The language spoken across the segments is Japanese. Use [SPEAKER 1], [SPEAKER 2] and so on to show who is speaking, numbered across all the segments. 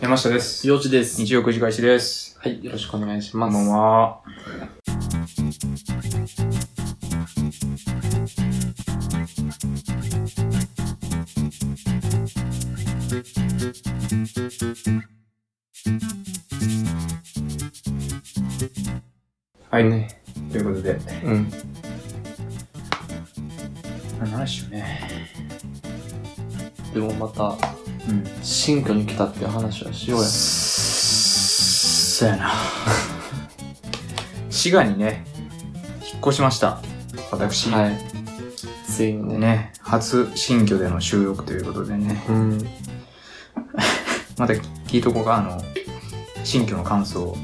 [SPEAKER 1] 山下です。
[SPEAKER 2] ようちです。
[SPEAKER 1] 日曜9時開始です。
[SPEAKER 2] はい、よろしくお願いし
[SPEAKER 1] こ
[SPEAKER 2] ま
[SPEAKER 1] ん
[SPEAKER 2] す。
[SPEAKER 1] ばんは。はい。
[SPEAKER 2] ね。
[SPEAKER 1] ということで、
[SPEAKER 2] うん。
[SPEAKER 1] 何しようね。
[SPEAKER 2] でもまた、
[SPEAKER 1] うん。
[SPEAKER 2] 新居に来たっていう話はしようや。
[SPEAKER 1] そうやな。 滋賀にね、引っ越しました。私。
[SPEAKER 2] はい。ついにね。
[SPEAKER 1] ね、初新居での収録ということでね、
[SPEAKER 2] うん。
[SPEAKER 1] また聞いとこうか、あの、新居の感想。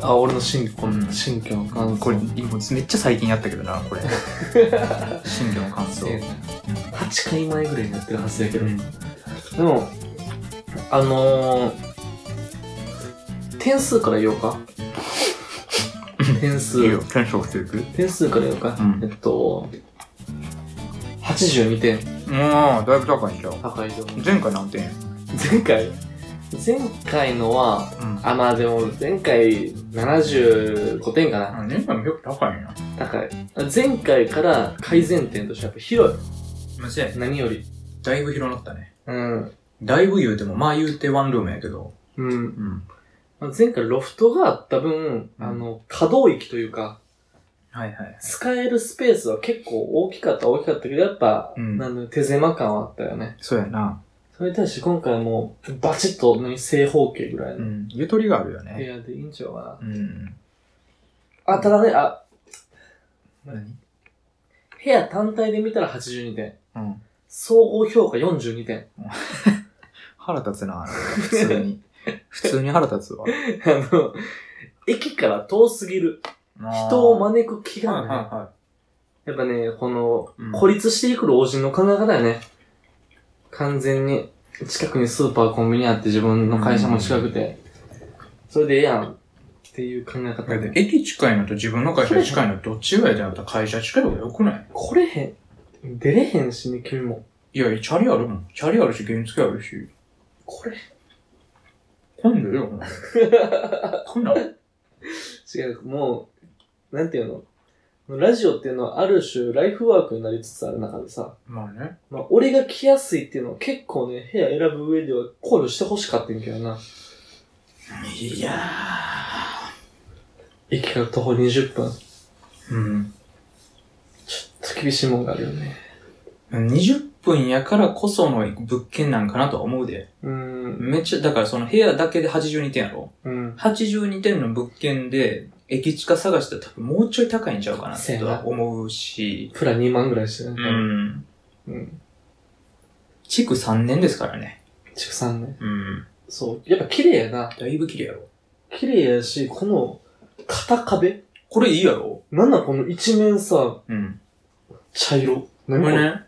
[SPEAKER 2] あ、俺の新居、
[SPEAKER 1] うん
[SPEAKER 2] 新居の感想。
[SPEAKER 1] これ、今めっちゃ最近やったけどな、 これ。新居の感想
[SPEAKER 2] せ。やな8回前ぐらいになってるはずやけ
[SPEAKER 1] う
[SPEAKER 2] ど。
[SPEAKER 1] ん
[SPEAKER 2] でも、あのー、点数から言おうか。点
[SPEAKER 1] いいよ
[SPEAKER 2] 数。、
[SPEAKER 1] 検証していく。
[SPEAKER 2] 点数から言おうか。
[SPEAKER 1] うん
[SPEAKER 2] えっと、82点
[SPEAKER 1] もう、だいぶ高いじゃん。
[SPEAKER 2] 高いと思う。
[SPEAKER 1] 前回何点
[SPEAKER 2] 前回前回のは、
[SPEAKER 1] うん。
[SPEAKER 2] あ、まあでも、前回75点かな。
[SPEAKER 1] 前回も結構高いな。
[SPEAKER 2] 高い。前回から改善点としてやっぱ広い。
[SPEAKER 1] マジで
[SPEAKER 2] 何より。
[SPEAKER 1] だいぶ広なったね。
[SPEAKER 2] うん。
[SPEAKER 1] だいぶ言うても、まあ言うてワンルームやけど。
[SPEAKER 2] うん。
[SPEAKER 1] うん。
[SPEAKER 2] まあ前回ロフトがあった分、
[SPEAKER 1] うん
[SPEAKER 2] あの、可動域というか、
[SPEAKER 1] はいはい。
[SPEAKER 2] 使えるスペースは結構大きかった大きかったけど、やっぱ、
[SPEAKER 1] うん
[SPEAKER 2] なんだろう手狭感はあったよね。
[SPEAKER 1] そうやな。
[SPEAKER 2] それに対して今回はもう、バチッと何正方形ぐらいうの
[SPEAKER 1] ん。ゆとりがあるよ
[SPEAKER 2] 部
[SPEAKER 1] ね。
[SPEAKER 2] 屋でいいんちゃうか
[SPEAKER 1] うん。
[SPEAKER 2] な。あ、ただね、あ、
[SPEAKER 1] 何
[SPEAKER 2] 部屋単体で見たら82点。
[SPEAKER 1] うん。
[SPEAKER 2] 総合評価42点。
[SPEAKER 1] 腹立つな、普通に。 普通に腹立つわ。
[SPEAKER 2] あの、駅から遠すぎる。人を招く気が
[SPEAKER 1] はい
[SPEAKER 2] な。
[SPEAKER 1] はいはい
[SPEAKER 2] やっぱね、この、
[SPEAKER 1] うん
[SPEAKER 2] 孤立していく老人の考え方やね。完全に、近くにスーパー、コンビニあって自分の会社も近くて、それでええやん。っていう考え方
[SPEAKER 1] い。だっ
[SPEAKER 2] で。
[SPEAKER 1] て駅近いのと自分の会社近いのどっちがやってなったら会社近い方がよくない
[SPEAKER 2] これへん。出れへんしね、君も。
[SPEAKER 1] いやいや、チャリあるもん。チャリあるし、原付あるし。
[SPEAKER 2] これ
[SPEAKER 1] 今度よ、 こんなん。
[SPEAKER 2] 違う、もう、なんていうのラジオっていうのはある種、ライフワークになりつつある中でさ、
[SPEAKER 1] まあね。
[SPEAKER 2] まあ、俺が来やすいっていうのは結構ね、部屋選ぶ上では考慮してほしかったんやけどな。
[SPEAKER 1] いや
[SPEAKER 2] 駅から徒歩20分。
[SPEAKER 1] ー。うん。
[SPEAKER 2] ちょっと厳しいもんがあるよね。
[SPEAKER 1] 20分やからこその物件なんかなとは思うで。
[SPEAKER 2] うーん。
[SPEAKER 1] めっちゃ、だからその部屋だけで82点やろ
[SPEAKER 2] うん。
[SPEAKER 1] 82点の物件で、駅近探したら多分もうちょい高いんちゃうかな
[SPEAKER 2] せや
[SPEAKER 1] と
[SPEAKER 2] な
[SPEAKER 1] は思うし、
[SPEAKER 2] プラ2万ぐらいしてね。
[SPEAKER 1] うん。
[SPEAKER 2] うん。
[SPEAKER 1] 築3年ですからね。
[SPEAKER 2] 畜産ね。
[SPEAKER 1] うん。
[SPEAKER 2] そう。やっぱ綺麗やな。
[SPEAKER 1] だいぶ綺麗やろ。
[SPEAKER 2] 綺麗やし、この、片壁
[SPEAKER 1] これいいやろ
[SPEAKER 2] なんだこの一面さ、
[SPEAKER 1] うん。
[SPEAKER 2] 茶色。
[SPEAKER 1] こ
[SPEAKER 2] 何
[SPEAKER 1] れ
[SPEAKER 2] これ
[SPEAKER 1] ね、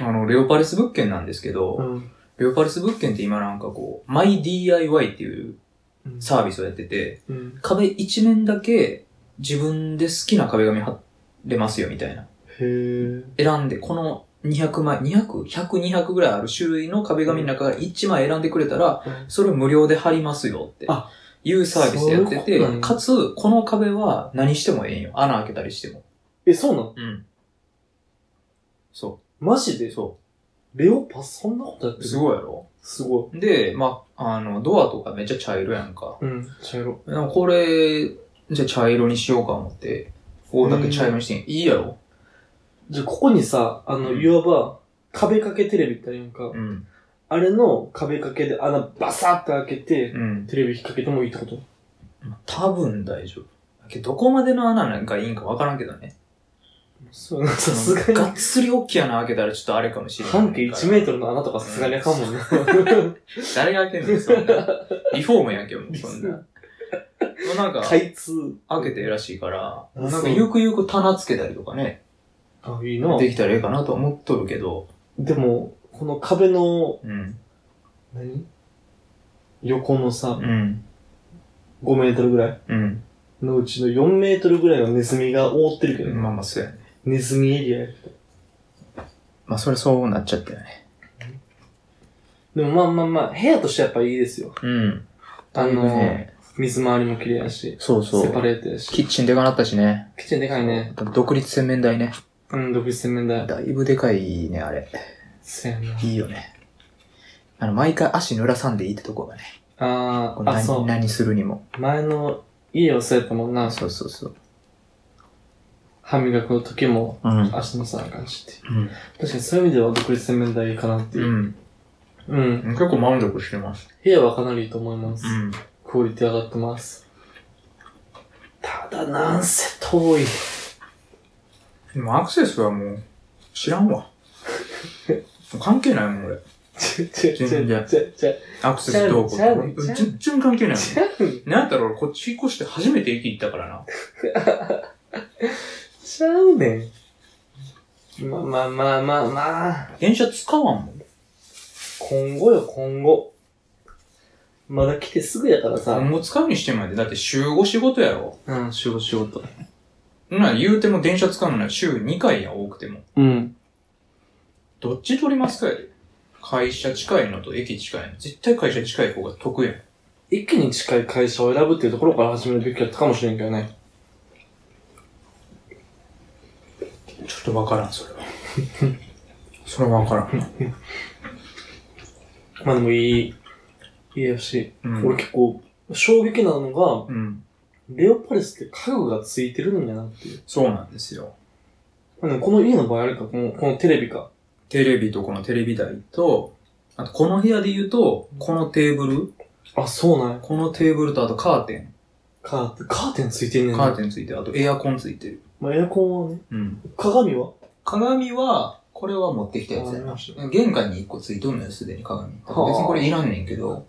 [SPEAKER 1] あの、レオパレス物件なんですけど、
[SPEAKER 2] うん。
[SPEAKER 1] レオパレス物件って今なんかこう、マイ DIY っていう
[SPEAKER 2] うん
[SPEAKER 1] サービスをやってて、
[SPEAKER 2] うん。
[SPEAKER 1] 壁一面だけ自分で好きな壁紙貼れますよみたいな。
[SPEAKER 2] へぇ
[SPEAKER 1] 選んで、この200枚、200?100、200ぐらいある種類の壁紙の中から1枚選んでくれたら、それを無料で貼りますよって。
[SPEAKER 2] あ
[SPEAKER 1] いうサービスやって
[SPEAKER 2] そうい
[SPEAKER 1] て
[SPEAKER 2] うことなん、や
[SPEAKER 1] かつ、この壁は何してもええんよ。穴開けたりしても。
[SPEAKER 2] え、そうなん
[SPEAKER 1] うん。そ
[SPEAKER 2] マジで
[SPEAKER 1] う。そ
[SPEAKER 2] レオパそんなことやって
[SPEAKER 1] う。
[SPEAKER 2] る
[SPEAKER 1] すごいやろ
[SPEAKER 2] すご
[SPEAKER 1] で、まあ、あの、ドアとかめっちゃ茶色やんか。
[SPEAKER 2] い。うん。茶色。
[SPEAKER 1] なんかこれ、じゃあ茶色にしようか思って、ここだけ茶色にしてん。いいやろ
[SPEAKER 2] じゃあ、ここにさ、あの、
[SPEAKER 1] うん
[SPEAKER 2] いわば、壁掛けテレビってあるやんか。
[SPEAKER 1] うん。
[SPEAKER 2] あれの壁掛けで穴バサッと開けて、
[SPEAKER 1] うん。
[SPEAKER 2] テレビ引っ掛けてもいいってこと
[SPEAKER 1] 多分大丈夫。だけどどこまでの穴なんかいいんかわからんけどね。
[SPEAKER 2] そうやな、さすが
[SPEAKER 1] が
[SPEAKER 2] に。
[SPEAKER 1] っつり大きい穴開けたらちょっとあれかもしれない。
[SPEAKER 2] 半径1メートルの穴とかさすがにあかんもんね。
[SPEAKER 1] 誰が開けんのそん な。リフォームやんけ、もう、そんな。もうなんか、 開
[SPEAKER 2] 開通。
[SPEAKER 1] けて。らしいから、
[SPEAKER 2] あ
[SPEAKER 1] なん
[SPEAKER 2] そ
[SPEAKER 1] か
[SPEAKER 2] う
[SPEAKER 1] ゆくゆく棚つけたりとかね、
[SPEAKER 2] あ、いいな。
[SPEAKER 1] で
[SPEAKER 2] で
[SPEAKER 1] きたらええかなとは思っとるけど、
[SPEAKER 2] も、この壁の、
[SPEAKER 1] うん。
[SPEAKER 2] 何横のさ、
[SPEAKER 1] うん。
[SPEAKER 2] 5メートルぐらい
[SPEAKER 1] うん。
[SPEAKER 2] のうちの4メートルぐらいはネズミが覆ってるけどね、
[SPEAKER 1] まあまあ、そうやね。
[SPEAKER 2] ネズミエリアや。
[SPEAKER 1] まあ、それそうなっちゃったよね。
[SPEAKER 2] でもまあまあまあ、部屋としてはやっぱいいですよ。
[SPEAKER 1] うん。だ
[SPEAKER 2] あの
[SPEAKER 1] いぶね
[SPEAKER 2] 水回りも綺麗やし、
[SPEAKER 1] そうそ
[SPEAKER 2] セパ
[SPEAKER 1] う。
[SPEAKER 2] レートやし。
[SPEAKER 1] キッチンでかなったしね。
[SPEAKER 2] キッチンでかいね。
[SPEAKER 1] 独立洗面台ね。
[SPEAKER 2] うん、独立洗面台。
[SPEAKER 1] だいぶでかいね、あれ。
[SPEAKER 2] せやない
[SPEAKER 1] いよね。あの、毎回足濡らさんでいいってとこがね。
[SPEAKER 2] あ
[SPEAKER 1] こう
[SPEAKER 2] ー、あ、
[SPEAKER 1] 何
[SPEAKER 2] そ
[SPEAKER 1] 何するにも。
[SPEAKER 2] う。前の家をそうやったもんな。
[SPEAKER 1] そうそうそう。
[SPEAKER 2] 歯磨く時も
[SPEAKER 1] うん。うん。
[SPEAKER 2] 足のさな感じっていう。確かにそういう意味では独立洗面台いいかなっていうう。
[SPEAKER 1] ん。
[SPEAKER 2] うん。
[SPEAKER 1] 結構満足してます。
[SPEAKER 2] 部屋はかなりいいと思います。
[SPEAKER 1] うん。
[SPEAKER 2] クオリティ上がってます。ただ、なんせ遠い。
[SPEAKER 1] でもアクセスはもう、知らんわ。関係ないもん、俺。
[SPEAKER 2] ちょちょちょち
[SPEAKER 1] 全
[SPEAKER 2] ょ
[SPEAKER 1] 然
[SPEAKER 2] ちょちょ。
[SPEAKER 1] アクセスどうこう
[SPEAKER 2] ちゃうねんちゃうね
[SPEAKER 1] とか。
[SPEAKER 2] ん
[SPEAKER 1] 全然関係ない
[SPEAKER 2] ちゃう
[SPEAKER 1] もん。なんやったら俺、こっち引っ越して初めて駅行ったからな。
[SPEAKER 2] ちゃうねん。まあまあまあまあまあ。
[SPEAKER 1] 電車使わんもん。
[SPEAKER 2] 今後よ、今後。まだ来てすぐやからさ。
[SPEAKER 1] もう使うにしてもやで。だって週5仕事やろ。
[SPEAKER 2] うん、仕事仕事。
[SPEAKER 1] な、言うても電車使うのなら週2回や、多くても。
[SPEAKER 2] うん。
[SPEAKER 1] どっち取りますかやで。会社近いのと駅近いの。絶対会社近い方が得やん。
[SPEAKER 2] 一気に近い会社を選ぶっていうところから始めるべきだったかもしれんけどね。
[SPEAKER 1] ちょっとわからん、それは。 それはわからん。
[SPEAKER 2] まあでもいい、いいやし。
[SPEAKER 1] うん
[SPEAKER 2] 俺結構、衝撃なのが、
[SPEAKER 1] うん。
[SPEAKER 2] レオパレスって家具がついてるんやなっていう。
[SPEAKER 1] そうなんですよ。
[SPEAKER 2] まあでもこの家の場合あれか、この、このテレビか。
[SPEAKER 1] テレビとこのテレビ台と、あとこの部屋で言うと、このテーブル、
[SPEAKER 2] あ、そうなんや。
[SPEAKER 1] このテーブルとあとカーテン。
[SPEAKER 2] カーテン、カーテンついてんねん
[SPEAKER 1] カ
[SPEAKER 2] な。
[SPEAKER 1] ーテンついてる、あとエアコンついてる。
[SPEAKER 2] まあエアコンはね。
[SPEAKER 1] うん。
[SPEAKER 2] 鏡は
[SPEAKER 1] 鏡は、これは持ってきたやつや
[SPEAKER 2] あり
[SPEAKER 1] な
[SPEAKER 2] ました。
[SPEAKER 1] 玄関に一個ついとるのよ、すでに鏡。別に
[SPEAKER 2] はあ
[SPEAKER 1] これいらんねんけど。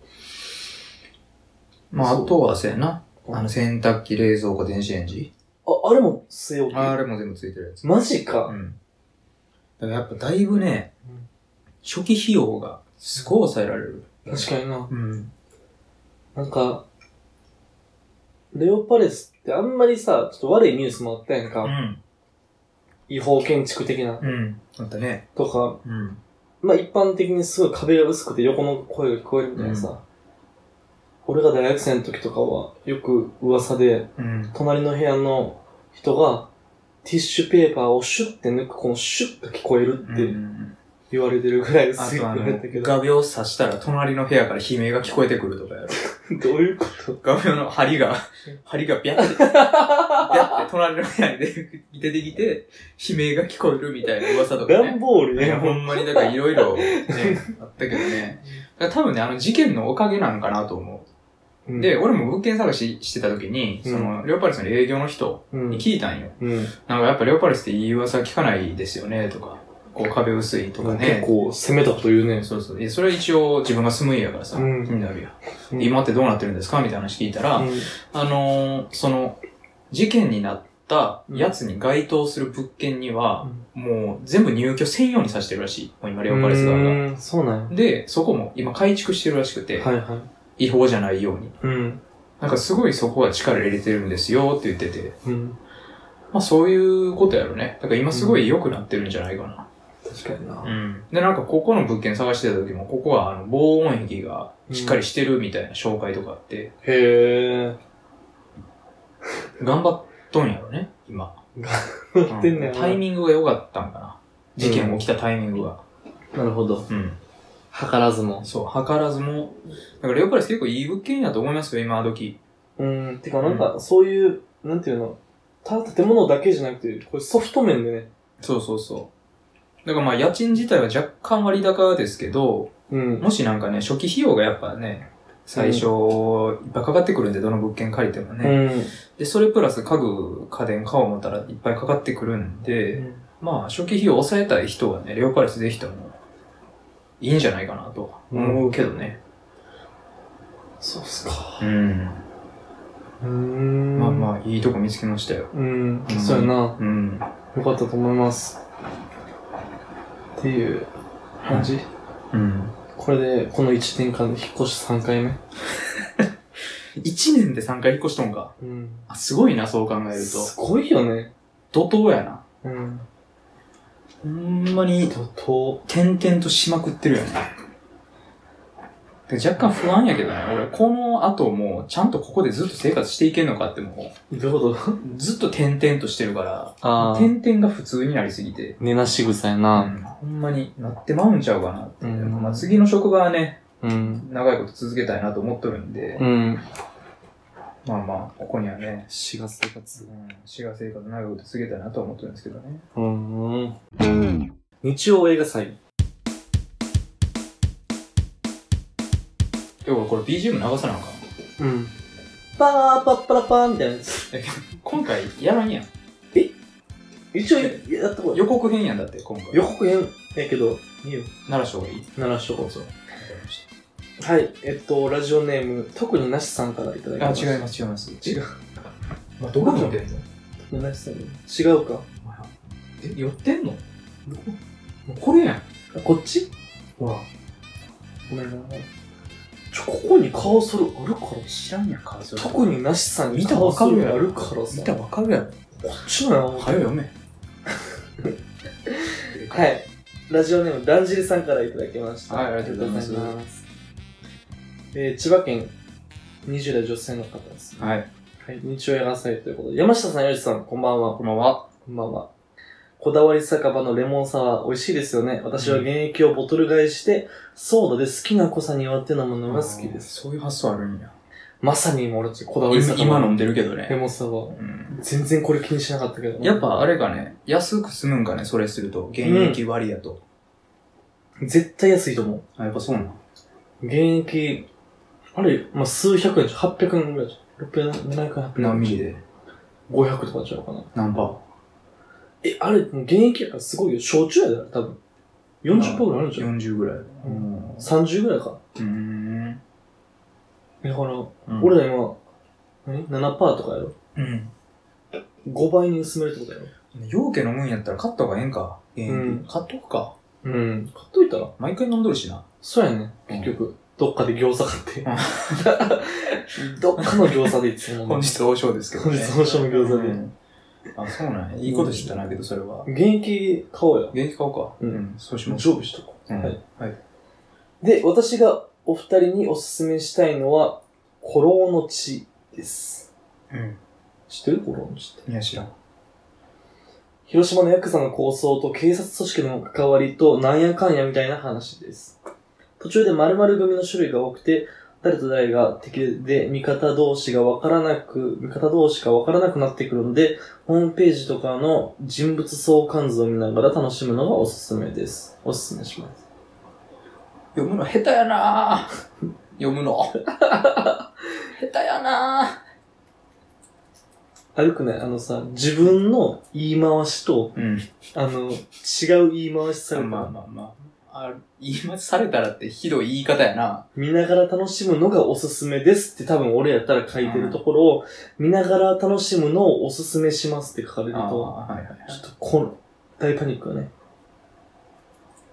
[SPEAKER 1] まあ、あとはせやな。あの、洗濯機、冷蔵庫、電子レンジ。
[SPEAKER 2] あ、あれも据え置き。
[SPEAKER 1] あれも全部ついてるやつ。
[SPEAKER 2] マジか。
[SPEAKER 1] うん。だからやっぱだいぶね
[SPEAKER 2] うん、
[SPEAKER 1] 初期費用がすごい抑えられる。
[SPEAKER 2] 確かにな。
[SPEAKER 1] うん。
[SPEAKER 2] なんか、レオパレスってあんまりさ、ちょっと悪いニュースもあったやん
[SPEAKER 1] う
[SPEAKER 2] か。
[SPEAKER 1] ん。
[SPEAKER 2] 違法建築的な。
[SPEAKER 1] うん。だったね。
[SPEAKER 2] とか、
[SPEAKER 1] うん。
[SPEAKER 2] まあ一般的にすごい壁が薄くて横の声が聞こえるみたいなさ。俺が大学生の時とかは、よく噂で、
[SPEAKER 1] うん。
[SPEAKER 2] 隣の部屋の人が、ティッシュペーパーをシュッて抜く、このシュッが聞こえる
[SPEAKER 1] う
[SPEAKER 2] って
[SPEAKER 1] ん。
[SPEAKER 2] 言われてるぐらい
[SPEAKER 1] あ
[SPEAKER 2] 薄いって
[SPEAKER 1] とあ
[SPEAKER 2] 言わ
[SPEAKER 1] の
[SPEAKER 2] れたけ、ど、
[SPEAKER 1] 画鋲刺したら隣の部屋から悲鳴が聞こえてくるとかやろ。
[SPEAKER 2] どういうこと
[SPEAKER 1] 画鋲の針 が、針がビ ャって、ビャって隣の部屋に出て出てきて、悲鳴が聞こえるみたいな噂とか
[SPEAKER 2] 段
[SPEAKER 1] ね。
[SPEAKER 2] ボール
[SPEAKER 1] い
[SPEAKER 2] ね、
[SPEAKER 1] やほ
[SPEAKER 2] ほん
[SPEAKER 1] んまに、だからいろい ろ、ね、あったけどね。だから多分ね、あの事件のおかげなんかなと思
[SPEAKER 2] うん
[SPEAKER 1] う。で、、俺も物件探ししてた時に、
[SPEAKER 2] うん
[SPEAKER 1] その、レオパレスの営業の人
[SPEAKER 2] うん
[SPEAKER 1] に。聞いたんよ。
[SPEAKER 2] うん
[SPEAKER 1] なんかやっぱレオパレスっていい噂聞かないですよね、とか、こう壁薄いとか
[SPEAKER 2] 結
[SPEAKER 1] ね。
[SPEAKER 2] 構攻めたこと言うね。
[SPEAKER 1] そうそう。えそれは一応自分が住む家やからさ、気
[SPEAKER 2] うん
[SPEAKER 1] になるや
[SPEAKER 2] うん
[SPEAKER 1] ん。今ってどうなってるんですかみたいな話聞いたら、あのーその、事件になったやつに該当する物件には、もう全部入居専用にさせてるらしい。もう今、レオパレス側が。
[SPEAKER 2] が。そうなん
[SPEAKER 1] で、そこも今改築してるらしくて、
[SPEAKER 2] や。はいは
[SPEAKER 1] 違法じゃないように。
[SPEAKER 2] い。うん。
[SPEAKER 1] なんかすごいそこは力入れてるんですよって言ってて、
[SPEAKER 2] うん。
[SPEAKER 1] まあそういうことやろね。だから今すごい良くなってるんじゃないかな。
[SPEAKER 2] 確かにな。
[SPEAKER 1] ん。で、なんかここの物件探してた時も、ここはあの防音壁がしっかりしてるみたいな紹介とかあって、
[SPEAKER 2] へえ。
[SPEAKER 1] 頑張っとんやろね、今。
[SPEAKER 2] やってんね
[SPEAKER 1] う
[SPEAKER 2] や
[SPEAKER 1] んタイミングが良かったんかな。事件起きたタイミングが。
[SPEAKER 2] なるほど。
[SPEAKER 1] うん。
[SPEAKER 2] 計らずも。
[SPEAKER 1] そう、図らずも。だからレオパレス結構いい物件やと思いますよ、今時。
[SPEAKER 2] うん。てかなんか、そういう、なんていうの、ただ建物だけじゃなくて、これソフト面でね。
[SPEAKER 1] そうそうそう。だからまあ家賃自体は若干割高ですけど、
[SPEAKER 2] うん。
[SPEAKER 1] もしなんかね、初期費用がやっぱね、最初、いっぱいかかってくるんで、どの物件借りても
[SPEAKER 2] う
[SPEAKER 1] ね。
[SPEAKER 2] ん。
[SPEAKER 1] で、それプラス家具、家電買おう思ったらいっぱいかかってくるんで、まあ、初期費用を抑えたい人はね、レオパレスできても、いいんじゃないかなとは思うけどね。
[SPEAKER 2] そうっすか。
[SPEAKER 1] うん。
[SPEAKER 2] うん
[SPEAKER 1] まあ
[SPEAKER 2] あ。
[SPEAKER 1] まあ、いいとこ見つけましたよ。
[SPEAKER 2] うん
[SPEAKER 1] う。ん
[SPEAKER 2] そうやな。
[SPEAKER 1] うん。
[SPEAKER 2] よかったと思います。っていう感じ。
[SPEAKER 1] うん。
[SPEAKER 2] これで、この1年間で引っ越し3回目。
[SPEAKER 1] 1年で3回引っ越しとんか。
[SPEAKER 2] うん。
[SPEAKER 1] あすごいな、そう考える
[SPEAKER 2] すごいよね。
[SPEAKER 1] と。怒涛やな。
[SPEAKER 2] うん。
[SPEAKER 1] ほんまに、
[SPEAKER 2] 怒涛。
[SPEAKER 1] 転々としまくってるよね。で若干不安やけどね、俺、この後も、ちゃんとここでずっと生活していけんのかっても
[SPEAKER 2] どういうこと
[SPEAKER 1] う、ずっと点々としてるから、
[SPEAKER 2] ああ、
[SPEAKER 1] 点々が普通になりすぎて、
[SPEAKER 2] 寝なし草や
[SPEAKER 1] う
[SPEAKER 2] な。
[SPEAKER 1] ん、ほんまになってまうんちゃうかなって。
[SPEAKER 2] うん
[SPEAKER 1] まあ、次の職場はね、
[SPEAKER 2] うん。
[SPEAKER 1] 長いこと続けたいなと思っとるんで、
[SPEAKER 2] うん。
[SPEAKER 1] まあまあ、ここにはね、
[SPEAKER 2] 4月生活。
[SPEAKER 1] 私が生活長いこと続けたいなとは思ってるんですけどね。
[SPEAKER 2] うん。日曜映画祭。
[SPEAKER 1] でもこれ BGM 流さなあかん。
[SPEAKER 2] うん。パーパッパラパーみたいなやつ。
[SPEAKER 1] 今回やらんやん。
[SPEAKER 2] 一応やったこと
[SPEAKER 1] 予告編やんだって、今回。
[SPEAKER 2] 予告編やけど、いいよ。
[SPEAKER 1] 鳴らした方がいいわか
[SPEAKER 2] 鳴らしとこう。
[SPEAKER 1] りまし
[SPEAKER 2] はい、えっと、ラジオネーム、特になしさんからいただき
[SPEAKER 1] たあ、
[SPEAKER 2] ました。
[SPEAKER 1] 違い
[SPEAKER 2] ま
[SPEAKER 1] ます、違います。
[SPEAKER 2] 違う。
[SPEAKER 1] まあ、どこに寄ってんの
[SPEAKER 2] す。特になしさん。違うか。
[SPEAKER 1] お前はえ、寄ってんのもうこれやん。
[SPEAKER 2] あこっち
[SPEAKER 1] ほら。
[SPEAKER 2] ごめんな。ちょ、ここに顔そるあるから
[SPEAKER 1] 知らんやん、カーソル
[SPEAKER 2] 特になしさんに
[SPEAKER 1] 見た
[SPEAKER 2] 顔
[SPEAKER 1] わ
[SPEAKER 2] そ
[SPEAKER 1] かる
[SPEAKER 2] る
[SPEAKER 1] やろ。
[SPEAKER 2] あるからさ。
[SPEAKER 1] 見た
[SPEAKER 2] こ
[SPEAKER 1] わかるやろ。
[SPEAKER 2] っちのやん。
[SPEAKER 1] はよ読め。。
[SPEAKER 2] はいい。ラジオネーム、だんじりさんからいただきました。
[SPEAKER 1] はいありがとうございます
[SPEAKER 2] ありがとうございますえー、千葉県20代女性の方です。
[SPEAKER 1] はい。
[SPEAKER 2] はい。日曜映画祭ということで。山下さん、よしさん、こんばんは。
[SPEAKER 1] こんばんは。
[SPEAKER 2] こんばんは。こだわり酒場のレモンサワー、美味しいですよね。私は原液をボトル買いして、ソーダで好きな濃さに割って飲むのが好きです。
[SPEAKER 1] そういう発想あるんや。
[SPEAKER 2] まさに今俺たちこだわり
[SPEAKER 1] 今
[SPEAKER 2] 酒場。
[SPEAKER 1] 今飲んでるけど
[SPEAKER 2] レ
[SPEAKER 1] ね。
[SPEAKER 2] モンサワー。
[SPEAKER 1] うん
[SPEAKER 2] 全然これ気にしなかったけど。
[SPEAKER 1] やっぱあれかね、安く済むんかね、それすると。現役割やと。
[SPEAKER 2] 絶対安いと思
[SPEAKER 1] あ、やっぱそうなん。
[SPEAKER 2] う。原液、あれ、まあ、数百円じゃん、800円ぐらいじゃん。600円、700円、800円。
[SPEAKER 1] 何ミリで
[SPEAKER 2] 500とかちゃうかな。
[SPEAKER 1] 何パ
[SPEAKER 2] え、あれ、もう原液やからすごいよ。焼酎やで、あれ多分。40%ぐらいある
[SPEAKER 1] ー
[SPEAKER 2] んじゃん。
[SPEAKER 1] ?40 ぐらい。
[SPEAKER 2] う
[SPEAKER 1] うん。
[SPEAKER 2] 30ぐらいか。
[SPEAKER 1] うん。
[SPEAKER 2] だから、
[SPEAKER 1] うん
[SPEAKER 2] 俺ら今、何 ?7% とかやろ
[SPEAKER 1] うん。
[SPEAKER 2] 5倍に薄めるってことやろ
[SPEAKER 1] 陽気飲むんやったら買った方がええんか。現
[SPEAKER 2] うん
[SPEAKER 1] 役。買っとくか。
[SPEAKER 2] うん。買っといたら
[SPEAKER 1] 毎回飲んどるしな。
[SPEAKER 2] そうやね。
[SPEAKER 1] うん
[SPEAKER 2] 結局、どっかで餃子買って。 どっかの餃子でいつも 飲
[SPEAKER 1] 本
[SPEAKER 2] む。
[SPEAKER 1] 日王将ですけど
[SPEAKER 2] 本
[SPEAKER 1] ね。
[SPEAKER 2] 日本社の餃子
[SPEAKER 1] う
[SPEAKER 2] で。
[SPEAKER 1] んあ、そうなんや。いいこと知ったな、けどそれは。
[SPEAKER 2] 現役買おうや。
[SPEAKER 1] 現役買おうか。
[SPEAKER 2] うん
[SPEAKER 1] ん。そうしましょ
[SPEAKER 2] 常備しとこ
[SPEAKER 1] う。うん
[SPEAKER 2] はい。
[SPEAKER 1] はい。
[SPEAKER 2] う。で、私がお二人におすすめしたいのは、古老の地です。
[SPEAKER 1] うん。
[SPEAKER 2] 知ってる古老の地って。
[SPEAKER 1] いや、知らん。
[SPEAKER 2] 広島のヤクザの抗争と警察組織の関わりとなんやかんやみたいな話です。途中で〇〇組の種類が多くて、誰と誰が敵で味方同士がわからなく、味方同士がわからなくなってくるので、ホームページとかの人物相関図を見ながら楽しむのがおすすめです。おすすめします。
[SPEAKER 1] 読むの下手やな ぁ。読むの。 下手やな
[SPEAKER 2] 歩くね、あのさ、自分の言い回しと、
[SPEAKER 1] ぁ。うん。
[SPEAKER 2] あの、違う言い回しされた、
[SPEAKER 1] まあまあまあ。あ、言いまされたらってひどい言い方やな。
[SPEAKER 2] 見ながら楽しむのがおすすめですって多分俺やったら書いてるところを、見ながら楽しむのをおすすめしますって書かれる
[SPEAKER 1] あ
[SPEAKER 2] と、
[SPEAKER 1] はいはいはい
[SPEAKER 2] ちょっとこの大パニックよね。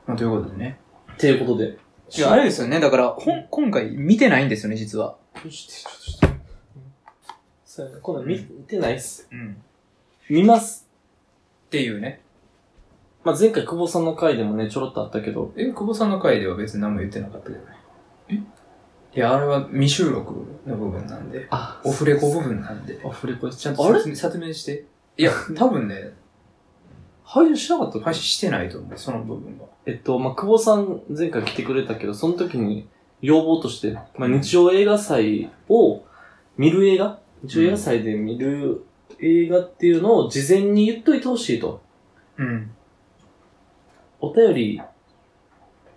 [SPEAKER 1] まあ。ということでね。
[SPEAKER 2] っていうことで。
[SPEAKER 1] いや、あれですよね。だから、ほん、今回見てないんですよね、実は。
[SPEAKER 2] ちょっとちょっとちょっとそうやね。今度見てないっす。
[SPEAKER 1] うん。
[SPEAKER 2] 見ます。
[SPEAKER 1] っていうね。
[SPEAKER 2] まあ、前回久保さんの回でもね、ちょろっとあったけど、
[SPEAKER 1] え、久保さんの回では別に何も言ってなかったけどね。えいや、あれは未収録の部分なんで。
[SPEAKER 2] あ
[SPEAKER 1] オフレコ部分なんで。
[SPEAKER 2] オフレコ
[SPEAKER 1] ちゃん
[SPEAKER 2] あ
[SPEAKER 1] と
[SPEAKER 2] れ
[SPEAKER 1] 説明説明して。いや、多分ね、
[SPEAKER 2] 配信しなかったっけ
[SPEAKER 1] 配信してないと思う、その部分は。
[SPEAKER 2] えっと、まあ、久保さん前回来てくれたけど、その時に要望として、まあ、日曜映画祭を見る映画日曜映画祭で見る映画っていうのを事前に言っといてほしいと。
[SPEAKER 1] うん。
[SPEAKER 2] お便り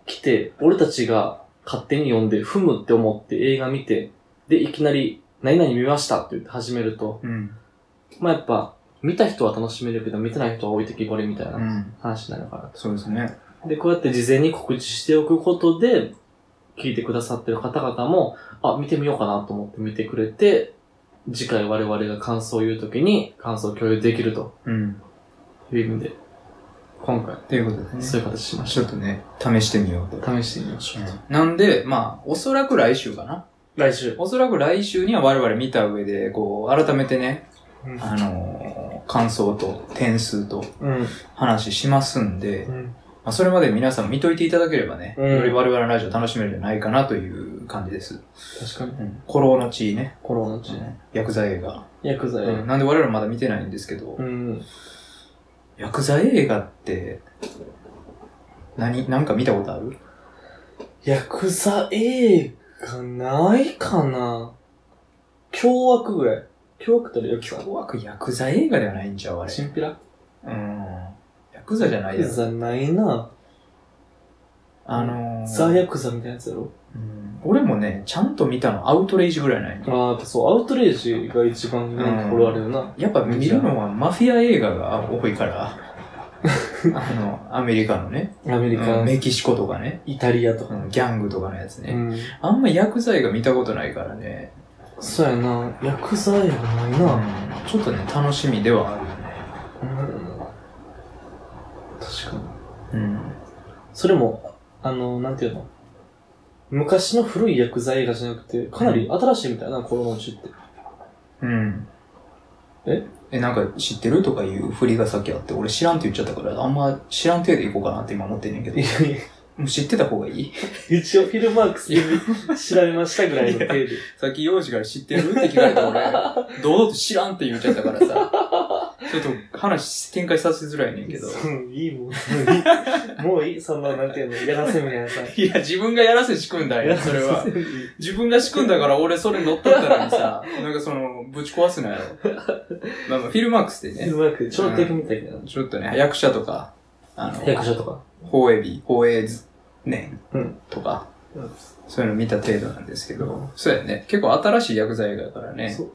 [SPEAKER 2] 来て、俺たちが勝手に読んで、ふむって思って映画見て、で、いきなり、何々見ましたって言って始めると、
[SPEAKER 1] うん。。
[SPEAKER 2] まあ、やっぱ、見た人は楽しめるけど、見てない人は置いてきぼりみたいうなん話になるから。
[SPEAKER 1] そうですね。
[SPEAKER 2] で、こうやって事前に告知しておくことで、聞いてくださってる方々も、あ、見てみようかなと思って見てくれて、次回我々が感想を言うときに感想を共有できると
[SPEAKER 1] うん。
[SPEAKER 2] いう意味で、今回、
[SPEAKER 1] ということでね。
[SPEAKER 2] そういう形しまし
[SPEAKER 1] ちょっとね、試してみようと。
[SPEAKER 2] た。試してみましょう。
[SPEAKER 1] なんで、まあ、おそらく来週かな。
[SPEAKER 2] 来週。
[SPEAKER 1] おそらく来週には我々見た上で、こう、改めてね、
[SPEAKER 2] うん
[SPEAKER 1] あのー感想と点数と
[SPEAKER 2] うん。
[SPEAKER 1] 話しますんで、まあ、それまで皆さん見といていただければね、
[SPEAKER 2] うん
[SPEAKER 1] より我々のラジオ楽しめるんじゃないかなという感じです。
[SPEAKER 2] 確か
[SPEAKER 1] う
[SPEAKER 2] に。
[SPEAKER 1] ん。古老の地ね。
[SPEAKER 2] コロナ中。
[SPEAKER 1] 薬剤映画、
[SPEAKER 2] 薬剤。
[SPEAKER 1] うん。なんで我々まだ見てないんですけど、
[SPEAKER 2] うん。
[SPEAKER 1] 薬剤映画って、何、なんか見たことある
[SPEAKER 2] 薬剤映画ないかな凶悪ぐらい。凶悪ってあれ薬剤
[SPEAKER 1] 凶悪薬剤映画ではないんちゃうあれ。
[SPEAKER 2] チンピラ
[SPEAKER 1] うん。ヤクザじゃない
[SPEAKER 2] 薬
[SPEAKER 1] やつ。
[SPEAKER 2] 剤ないな。
[SPEAKER 1] あのー、
[SPEAKER 2] ザ・ヤクザみたいなやつやろ
[SPEAKER 1] うん俺もね、ちゃんと見たのアウトレイジぐらいない
[SPEAKER 2] ああ、やっぱそう、アウトレイジが一番なんか心あるよな。
[SPEAKER 1] やっぱ見るのはマフィア映画が多いから、あの、アメリカのね、
[SPEAKER 2] アメリカ、
[SPEAKER 1] うんメキシコとかね、
[SPEAKER 2] イタリアと
[SPEAKER 1] う
[SPEAKER 2] か。
[SPEAKER 1] んギャングとかのやつ
[SPEAKER 2] う
[SPEAKER 1] ね。
[SPEAKER 2] ん。
[SPEAKER 1] あんま薬剤が見たことないからね、
[SPEAKER 2] そうやな。薬剤映画ないな。
[SPEAKER 1] うんちょっとね、楽しみではあるよね。
[SPEAKER 2] うん確かに。
[SPEAKER 1] うん。
[SPEAKER 2] それも、あの、なんていうの昔の古い薬剤映画じゃなくて、かなり新しいみたいな、コロナ中って。
[SPEAKER 1] うん。
[SPEAKER 2] え
[SPEAKER 1] え、なんか知ってるとかいう振りがさっきあって、俺知らんって言っちゃったから、あんま知らん程度いこうかなって今思ってんねんけど
[SPEAKER 2] い、やいや
[SPEAKER 1] もう知ってた方がいい
[SPEAKER 2] 一応フィルマークスで調べましたぐらいの程度。
[SPEAKER 1] さっき用事から知ってるって聞かれた俺、堂々と知らんって言っちゃったから さ、ちょっと話展開させづらいねんけど。
[SPEAKER 2] うん、いいもん。もういいもういい、そんな、なんていうの、やらせみたいなさ。
[SPEAKER 1] いや、自分がやらせ仕組んだんや、それは。自分が仕組んだから俺それ乗っ取ったのにさ、なんかその、ぶち壊すなよ。まあまあ、フィルマークスで
[SPEAKER 2] フィル
[SPEAKER 1] ね、
[SPEAKER 2] マーク、超的みたいな。
[SPEAKER 1] ちょっとね、役者とか、あの、
[SPEAKER 2] 役者とか。
[SPEAKER 1] 放映日、放映ず年
[SPEAKER 2] うん
[SPEAKER 1] とか、
[SPEAKER 2] うん
[SPEAKER 1] そういうの見た程度なんですけど、
[SPEAKER 2] うん
[SPEAKER 1] そうやね。結構新しい薬剤映画だからね
[SPEAKER 2] そ、う。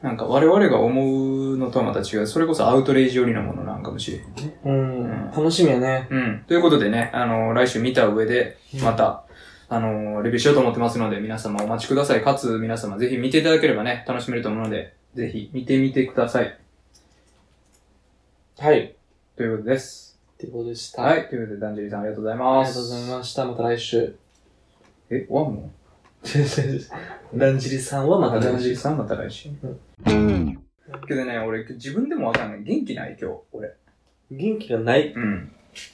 [SPEAKER 1] なんか我々が思うのとはまた違う、それこそアウトレイジ寄りのものなんかもしれんね。
[SPEAKER 2] うん、楽しみやね。
[SPEAKER 1] うん。ということでね、あの来週見た上で、また、あのレビューしようと思ってますので、皆様お待ちください。かつ、皆様ぜひ見ていただければね、楽しめると思うので、ぜひ見てみてください。
[SPEAKER 2] はい。
[SPEAKER 1] ということです。
[SPEAKER 2] ってことでした。
[SPEAKER 1] は
[SPEAKER 2] あ
[SPEAKER 1] い。ということで、ダンジェリーさんありがとうござい
[SPEAKER 2] り
[SPEAKER 1] ま
[SPEAKER 2] が
[SPEAKER 1] す。
[SPEAKER 2] とうございました。また来 週。
[SPEAKER 1] す。え、終わんの
[SPEAKER 2] だんじりさんはまた
[SPEAKER 1] ダ
[SPEAKER 2] 来
[SPEAKER 1] ンジ
[SPEAKER 2] 週
[SPEAKER 1] リ。さんまた来週。けどね、俺、自分でもわかんない。元気ない、今日、俺。
[SPEAKER 2] 元気がない。
[SPEAKER 1] うん。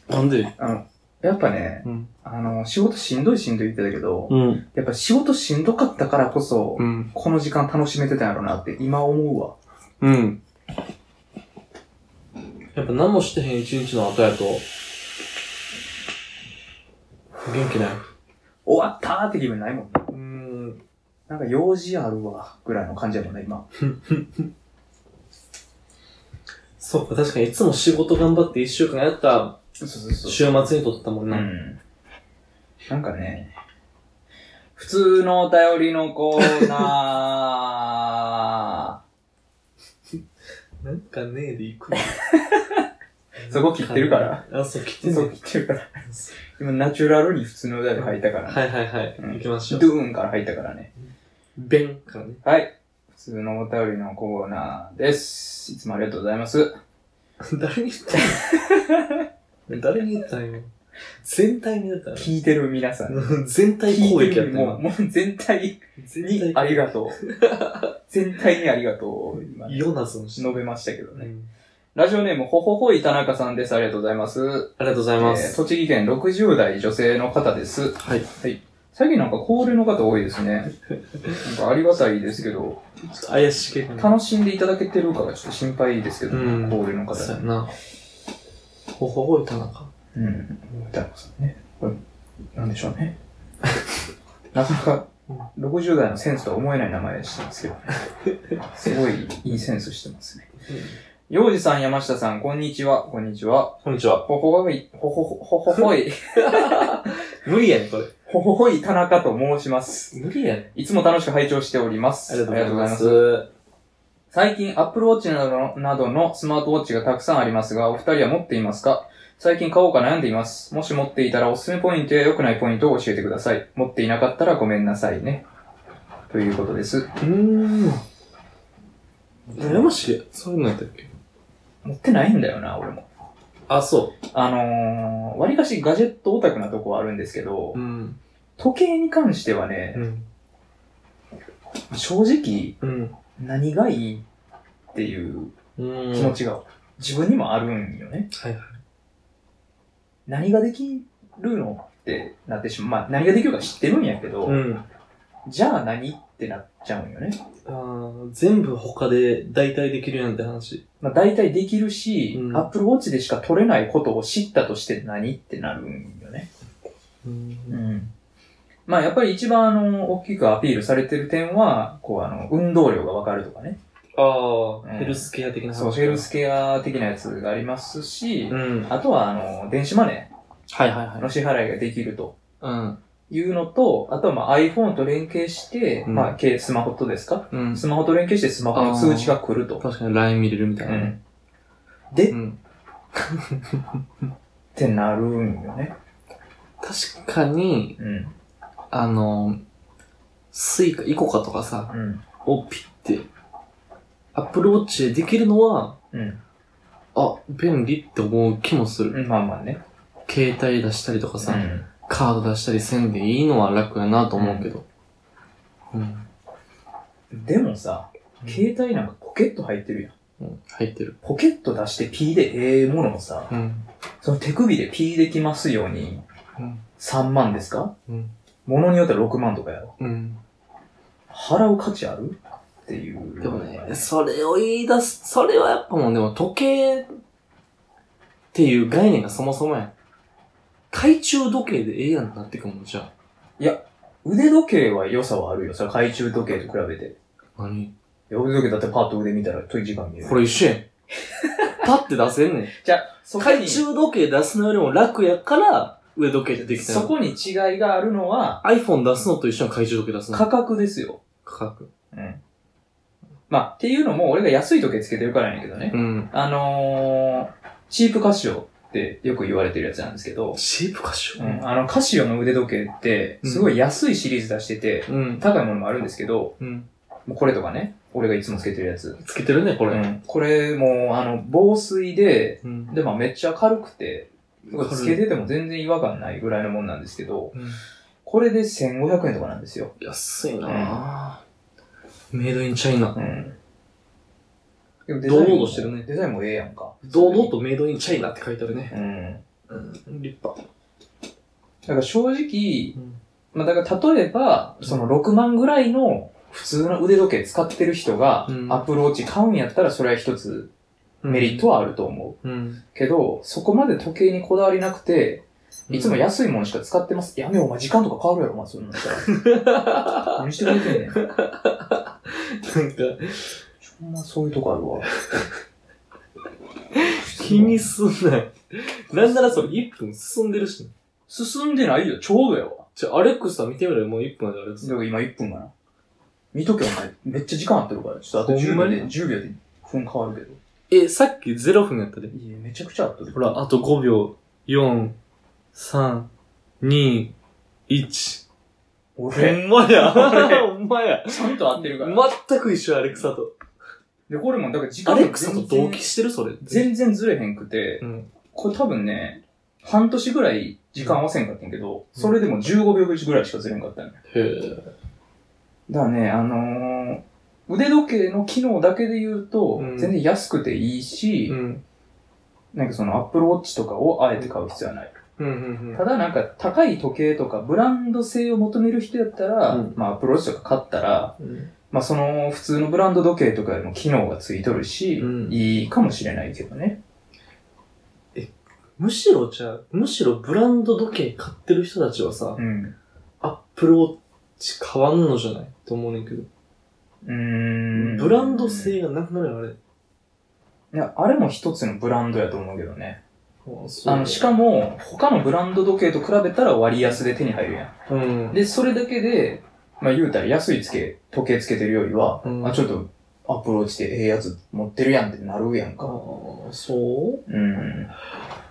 [SPEAKER 2] なんで
[SPEAKER 1] あの、やっぱね、
[SPEAKER 2] うん。
[SPEAKER 1] あの、仕事しんどいしんどいって言ってたけど、
[SPEAKER 2] うん。
[SPEAKER 1] やっぱ仕事しんどかったからこそ、
[SPEAKER 2] うん。
[SPEAKER 1] この時間楽しめてたんやろなって今思うわ。
[SPEAKER 2] うん。やっぱ何もしてへん一日の後やと、元気ない。
[SPEAKER 1] 終わったーって気分ないもんね。
[SPEAKER 2] うーん。
[SPEAKER 1] なんか用事あるわ、ぐらいの感じやもんね、今。
[SPEAKER 2] そうか、確かにいつも仕事頑張って一週間やった
[SPEAKER 1] そうそうそ
[SPEAKER 2] 週末に撮ったもん
[SPEAKER 1] う
[SPEAKER 2] な。
[SPEAKER 1] ん。なんかね、普通のお便りのコーナ
[SPEAKER 2] なんかねえで行くの
[SPEAKER 1] そこ切ってるから。
[SPEAKER 2] あ、そう、切
[SPEAKER 1] ー。
[SPEAKER 2] ってん
[SPEAKER 1] そう
[SPEAKER 2] の
[SPEAKER 1] 言ってるから。今、ナチュラルに普通のお便り入ったから、
[SPEAKER 2] はいはいはい。
[SPEAKER 1] うん
[SPEAKER 2] 行きまし
[SPEAKER 1] ド
[SPEAKER 2] ょ
[SPEAKER 1] ゥ
[SPEAKER 2] う。
[SPEAKER 1] ーンから入ったからね。
[SPEAKER 2] ベンからね。
[SPEAKER 1] はい。普通のお便りのコーナーです。いつもありがとうございます。
[SPEAKER 2] 誰に言ったの誰に言ったんよ。全体に言ったの
[SPEAKER 1] 聞いてる皆さん。
[SPEAKER 2] 全体攻撃やった
[SPEAKER 1] もう、も
[SPEAKER 2] よ。
[SPEAKER 1] う全体に
[SPEAKER 2] 全
[SPEAKER 1] あ
[SPEAKER 2] 体
[SPEAKER 1] りが とう。全体にありがとう。今、
[SPEAKER 2] ヨナズの人。
[SPEAKER 1] 述べましたけど
[SPEAKER 2] う
[SPEAKER 1] ね。
[SPEAKER 2] ん
[SPEAKER 1] ラジオネーム、ほほほい田中さんです。ありがとうございます。
[SPEAKER 2] ありがとうございます。
[SPEAKER 1] えー栃木県60代女性の方です。
[SPEAKER 2] はい。
[SPEAKER 1] 最近なんか高齢の方多いですね。なんかありがたいですけど、
[SPEAKER 2] ちょっと怪しげな。
[SPEAKER 1] 楽しんでいただけてるかがちょっと心配ですけど、
[SPEAKER 2] うん
[SPEAKER 1] 高齢の方
[SPEAKER 2] そうや
[SPEAKER 1] ね。
[SPEAKER 2] な。ほほほい田中。
[SPEAKER 1] うん。田中さんね。これなんでしょうね。なかなか
[SPEAKER 2] うん、
[SPEAKER 1] 60代のセンスとは思えない名前してますけどね。 すごいいいセンスしてますね。洋二さん、山下さん、こんにちは。こんにちは。
[SPEAKER 2] こんにちは。
[SPEAKER 1] ほほほい、ほほほ、ほほほい、
[SPEAKER 2] 無理やねん、これ。
[SPEAKER 1] ほほほい田中と申します。
[SPEAKER 2] 無理やねん。
[SPEAKER 1] いつも楽しく拝聴しております。
[SPEAKER 2] ありがとうございま
[SPEAKER 1] ありがとうございます
[SPEAKER 2] す。
[SPEAKER 1] 最近、Apple Watch などのなどのスマートウォッチがたくさんありますが、お二人は持っていますか最近買おうか悩んでいます。もし持っていたらおすすめポイントや良くないポイントを教えてください。持っていなかったらごめんなさいね。ということです。
[SPEAKER 2] うーん。やましげ、そういうのやったっけ
[SPEAKER 1] 持ってないんだよな、俺も。
[SPEAKER 2] あ、そ
[SPEAKER 1] あのー、割かしガジェットオタクなとこはあるんですけど
[SPEAKER 2] う。、ん。
[SPEAKER 1] 時計に関してはね、
[SPEAKER 2] ん。
[SPEAKER 1] 正直、
[SPEAKER 2] うん。
[SPEAKER 1] 何がいいっていう
[SPEAKER 2] うん。
[SPEAKER 1] 気持ちが自分にもあるんよね。
[SPEAKER 2] はいはい。
[SPEAKER 1] 何ができるのってなってしまう。まあ、何ができるか知ってるんやけど、
[SPEAKER 2] うん。
[SPEAKER 1] じゃあ何ってなっちゃうんよね。
[SPEAKER 2] あー全部他で代替できるなんて話。
[SPEAKER 1] まあ、大体できるし、
[SPEAKER 2] うん
[SPEAKER 1] Apple Watch でしか取れないことを知ったとして何ってなるんよね。
[SPEAKER 2] うん。
[SPEAKER 1] ん。まあ、やっぱり一番あの、大きくアピールされてる点は、こうあの、運動量がわかるとかね。
[SPEAKER 2] あ
[SPEAKER 1] うん
[SPEAKER 2] あ、ヘルスケア的な話。
[SPEAKER 1] そう、ヘルスケア的なやつがありますし、
[SPEAKER 2] うん。はい
[SPEAKER 1] あとはあの、電子マネ
[SPEAKER 2] はいは
[SPEAKER 1] ーの。支払いができると。
[SPEAKER 2] うん。
[SPEAKER 1] いうのと、あとはまあ iPhone と連携して、
[SPEAKER 2] うん
[SPEAKER 1] まあ、けスマホとですか
[SPEAKER 2] うん。
[SPEAKER 1] スマホと連携してスマホの通知が来ると。
[SPEAKER 2] 確かに LINE 見れるみたいな
[SPEAKER 1] う
[SPEAKER 2] ね。
[SPEAKER 1] んで、
[SPEAKER 2] う
[SPEAKER 1] っ
[SPEAKER 2] ん。
[SPEAKER 1] てなるんよね。
[SPEAKER 2] 確かに、
[SPEAKER 1] うん。
[SPEAKER 2] あの、スイカ、イコカとかさ、
[SPEAKER 1] うん。
[SPEAKER 2] をピッて、アップルウォッチでできるのは、
[SPEAKER 1] うん。
[SPEAKER 2] あ、便利って思う気もする。
[SPEAKER 1] うんまあまあね。
[SPEAKER 2] 携帯出したりとかさ、
[SPEAKER 1] うん
[SPEAKER 2] カード出したりせんでいいのは楽やなと思うけど。うん。
[SPEAKER 1] でもさ、携帯なんかポケット入ってるやん。
[SPEAKER 2] うん、入ってる。
[SPEAKER 1] ポケット出して P でええものをさ、
[SPEAKER 2] うん。
[SPEAKER 1] その手首で P できますように、
[SPEAKER 2] うん。
[SPEAKER 1] 3万ですか
[SPEAKER 2] うん。
[SPEAKER 1] ものによっては6万とかやろ。
[SPEAKER 2] うん。
[SPEAKER 1] 払う価値あるっていう。
[SPEAKER 2] でもね、それを言い出す、それはやっぱもうでも時計っていう概念がそもそもやん。懐中時計でええやんなってくもんじゃ
[SPEAKER 1] 腕時計は良さはあるよ。それ懐中時計と比べて。
[SPEAKER 2] あ。何
[SPEAKER 1] 腕時計だってパッと腕見たら時間見える。
[SPEAKER 2] これ一緒やん。パッて出せんねん。
[SPEAKER 1] じゃあ、そこ
[SPEAKER 2] 懐
[SPEAKER 1] に、
[SPEAKER 2] 中時計出すのよりも楽やから、上時計でできた
[SPEAKER 1] そ
[SPEAKER 2] の。
[SPEAKER 1] こに違いがあるのは、
[SPEAKER 2] iPhone 出すのと一緒に懐中時計出すの。
[SPEAKER 1] 価格ですよ。
[SPEAKER 2] 価格。
[SPEAKER 1] うん。まあ、っていうのも、俺が安い時計つけてるからやけどね。
[SPEAKER 2] うん。
[SPEAKER 1] あのー、チープカシオってよく言われてるやつなんですけど、
[SPEAKER 2] シープ歌手
[SPEAKER 1] うん、あの、カシオの腕時計って、すごい安いシリーズ出してて、
[SPEAKER 2] うん。
[SPEAKER 1] 高いものもあるんですけど、
[SPEAKER 2] うん。
[SPEAKER 1] もうこれとかね、俺がいつもつけてるやつ。
[SPEAKER 2] つけてるね、こ
[SPEAKER 1] う
[SPEAKER 2] れ。
[SPEAKER 1] ん、これもう、あの、防水で、
[SPEAKER 2] うん。
[SPEAKER 1] で、まあめっちゃ軽くて、つけてても全然違和感ないぐらいのもんなんですけど、
[SPEAKER 2] うん
[SPEAKER 1] これで1500円とかなんですよ。
[SPEAKER 2] 安いなぁ。メイドインチャイナ。
[SPEAKER 1] うん。でもデザインも
[SPEAKER 2] 堂々としてるね
[SPEAKER 1] デザインもええやんか。
[SPEAKER 2] 堂々とメイドインチャイナって書いてあるね。
[SPEAKER 1] うん。
[SPEAKER 2] うん。立派。
[SPEAKER 1] だから正直、まあ、だから例えば、その6万ぐらいの普通の腕時計使ってる人が、ア
[SPEAKER 2] うん
[SPEAKER 1] ップルウォッチ買うんやったらそれは一つメリットはあると思
[SPEAKER 2] うん
[SPEAKER 1] う。。けど、そこまで時計にこだわりなくて、いつも
[SPEAKER 2] や、
[SPEAKER 1] 安いものしか使ってます。やめよ、お前時間とか変わるやろ、お前、そ んなんしたら。何してくれてんねん。ちょ
[SPEAKER 2] なんか、
[SPEAKER 1] ほんまそういうとこある わ。
[SPEAKER 2] 気にすんない。なんならそれ1分進んでるし、ね。
[SPEAKER 1] 進んでないよ、ちょうどやわ。
[SPEAKER 2] ちょ、アレックスさ見てみろよ、もう1分でアレックス
[SPEAKER 1] だ。から今1分かな。見とけ、お前。めっちゃ時間あってるから。ちょっとあと
[SPEAKER 2] ほ
[SPEAKER 1] 10
[SPEAKER 2] んま
[SPEAKER 1] 秒
[SPEAKER 2] に
[SPEAKER 1] で、10秒で分変わるけ
[SPEAKER 2] え、さっき0分やったで。
[SPEAKER 1] ど。いや、めちゃくちゃあってる。
[SPEAKER 2] ほら、あと5秒。4、3、2、1。ほ
[SPEAKER 1] 俺、
[SPEAKER 2] んまや。
[SPEAKER 1] 俺
[SPEAKER 2] ほんまや。
[SPEAKER 1] ちゃんと合ってるから。
[SPEAKER 2] 全く一緒、アレクサと。
[SPEAKER 1] で、これも、だから時間
[SPEAKER 2] ア
[SPEAKER 1] も
[SPEAKER 2] レクサと同
[SPEAKER 1] 全
[SPEAKER 2] 期
[SPEAKER 1] 然
[SPEAKER 2] してるそれ。
[SPEAKER 1] 全然ずれへんくて、
[SPEAKER 2] うん。
[SPEAKER 1] これ多分ね、半年ぐらい時間合わせんかったんやけど、それでも15秒ぐらいしかずれんかったんよ。
[SPEAKER 2] へえ。
[SPEAKER 1] だからね、あのー、腕時計の機能だけで言うと、
[SPEAKER 2] うん
[SPEAKER 1] 全然安くていいし、
[SPEAKER 2] うん。
[SPEAKER 1] なんかその Apple Watch とかをあえて買う必要はない。
[SPEAKER 2] うんうん
[SPEAKER 1] ただなんか高い時計とかブランド性を求める人やったら、
[SPEAKER 2] うん
[SPEAKER 1] まあアプローチとか買ったら、
[SPEAKER 2] うん。
[SPEAKER 1] まあその普通のブランド時計とかよりも機能がついとるし、
[SPEAKER 2] うん
[SPEAKER 1] いいかもしれないけどね。
[SPEAKER 2] むしろじゃあ、むしろブランド時計買ってる人たちはさ、
[SPEAKER 1] うん。
[SPEAKER 2] アップルウォッチ買わんのじゃないと思うねんけど。
[SPEAKER 1] うーん。
[SPEAKER 2] ブランド性がなくなるよ、あれ。
[SPEAKER 1] いや、あれも一つのブランドやと思うけどね。
[SPEAKER 2] あそう
[SPEAKER 1] あの、しかも、他のブランド時計と比べたら割安で手に入るや
[SPEAKER 2] うん
[SPEAKER 1] ん。。で、それだけで、まあ言うたら安いつけ、時計つけてるよりは、
[SPEAKER 2] うん
[SPEAKER 1] あ、ちょっとアプローチでええやつ持ってるやんってなるやん
[SPEAKER 2] あ
[SPEAKER 1] か。
[SPEAKER 2] あ、そう
[SPEAKER 1] うん。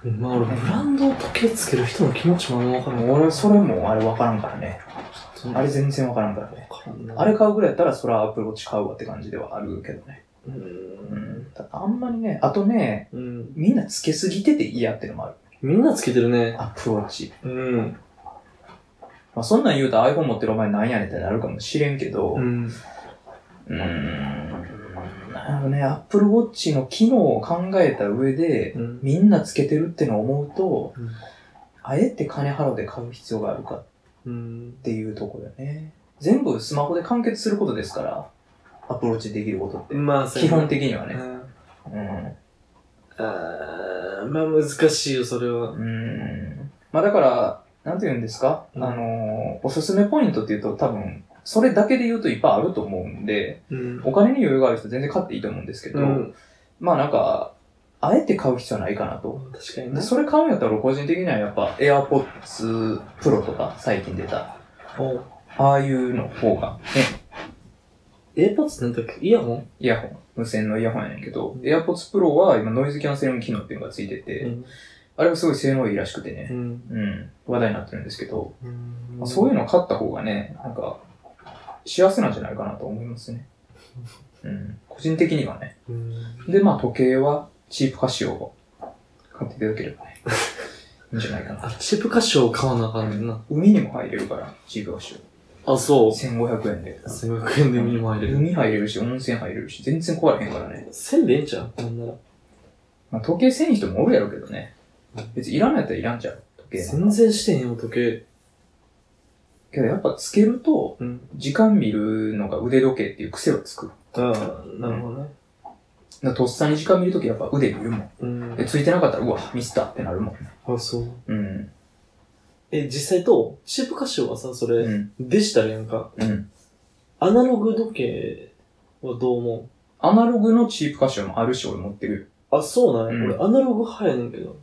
[SPEAKER 2] まあ俺、ブランド時計つける人の気持ちもあんまわからんない。
[SPEAKER 1] 俺、それもあれ分からんからね。
[SPEAKER 2] ちょっと
[SPEAKER 1] あれ全然分からんからね。
[SPEAKER 2] わからんな。
[SPEAKER 1] あれ買うぐらいやったら、そらアップローチ買うわって感じではあるけどね。
[SPEAKER 2] う。
[SPEAKER 1] うんん。あんまりね、あとね、
[SPEAKER 2] うん。
[SPEAKER 1] みんなつけすぎてて嫌ってのもある。
[SPEAKER 2] みんなつけてるね。
[SPEAKER 1] アップローチ。
[SPEAKER 2] うん。
[SPEAKER 1] まあ、そんなん言うと iPhone 持ってるお前なんやねんってなるかもしれんけど、
[SPEAKER 2] うん。
[SPEAKER 1] うーん。なるほどね、アップルウォッチの機能を考えた上で、
[SPEAKER 2] うん。
[SPEAKER 1] みんなつけてるってのを思うと、
[SPEAKER 2] うん
[SPEAKER 1] あえて金払うで買う必要があるかっ
[SPEAKER 2] うん。
[SPEAKER 1] ていうとこだよね。全部スマホで完結することですから、アプローチできることって。
[SPEAKER 2] まあ、そう
[SPEAKER 1] 基
[SPEAKER 2] やな
[SPEAKER 1] 本的にはね。うん
[SPEAKER 2] あーまあ難しいよ、それは。
[SPEAKER 1] うんまあだから、なんて言うんですか、
[SPEAKER 2] うん
[SPEAKER 1] あのー、おすすめポイントっていうと多分、それだけで言うといっぱいあると思うんで、
[SPEAKER 2] うん。
[SPEAKER 1] お金に余裕がある人全然買っていいと思うんですけど、
[SPEAKER 2] うん。
[SPEAKER 1] まあなんか、あえて買う必要ないかなと。
[SPEAKER 2] 確かに
[SPEAKER 1] で
[SPEAKER 2] ね。
[SPEAKER 1] それ買うんやったら俺個人的にはやっぱ AirPods Pro とか最近出た、
[SPEAKER 2] お
[SPEAKER 1] ああいうの方が、ね、
[SPEAKER 2] AirPods なんだっけイヤホン
[SPEAKER 1] イヤホン、無線のイヤホンやねんけど、
[SPEAKER 2] うん
[SPEAKER 1] AirPods Pro は今ノイズキャンセリング機能っていうのがついてて、
[SPEAKER 2] うん
[SPEAKER 1] あれがすごい性能いいらしくてね、
[SPEAKER 2] ん。
[SPEAKER 1] うん、話題になってるんですけど、
[SPEAKER 2] うん
[SPEAKER 1] そういうのを買った方がね、なんか、幸せなんじゃないかなと思いますね。うん。個人的にはね。
[SPEAKER 2] うん
[SPEAKER 1] で、まあ時計はチープカシオを買っていただければ ね。いいんじゃないかな。
[SPEAKER 2] あ、チップ歌詞を買わなあかんねんな。
[SPEAKER 1] 海にも入れるから、チープカシ
[SPEAKER 2] あ、そ
[SPEAKER 1] オ。1500円で。
[SPEAKER 2] 1500円で見にも入れる。
[SPEAKER 1] 海入れるし、温泉入れるし、全然壊れへんからね。
[SPEAKER 2] 1000でええんちゃうなんなら。
[SPEAKER 1] まあ時計1000人人もおるやろうけどね。別にいらんやったらいらんちゃう。時計なん
[SPEAKER 2] 全
[SPEAKER 1] か。
[SPEAKER 2] 然してへんよ、時計。
[SPEAKER 1] けどやっぱつけると、
[SPEAKER 2] うん。
[SPEAKER 1] 時間見るのが腕時計っていう癖はつく。だか
[SPEAKER 2] ああ、なるほどね。
[SPEAKER 1] らとっさに時間見るときやっぱ腕見るもん。
[SPEAKER 2] うん
[SPEAKER 1] で、。ついてなかったら、うわ、ミスったってなるもん。
[SPEAKER 2] あ、そう。
[SPEAKER 1] うん。
[SPEAKER 2] え、実際と、チップ歌詞はさ、そうれ、
[SPEAKER 1] ん。
[SPEAKER 2] デジタルやんか。
[SPEAKER 1] うん。
[SPEAKER 2] アナログ時計はどう思
[SPEAKER 1] アナログのチープ歌詞もあるし、俺持ってる
[SPEAKER 2] うあ、そうなんや。
[SPEAKER 1] うん
[SPEAKER 2] 俺、アナログ派やねんけど。
[SPEAKER 1] よ。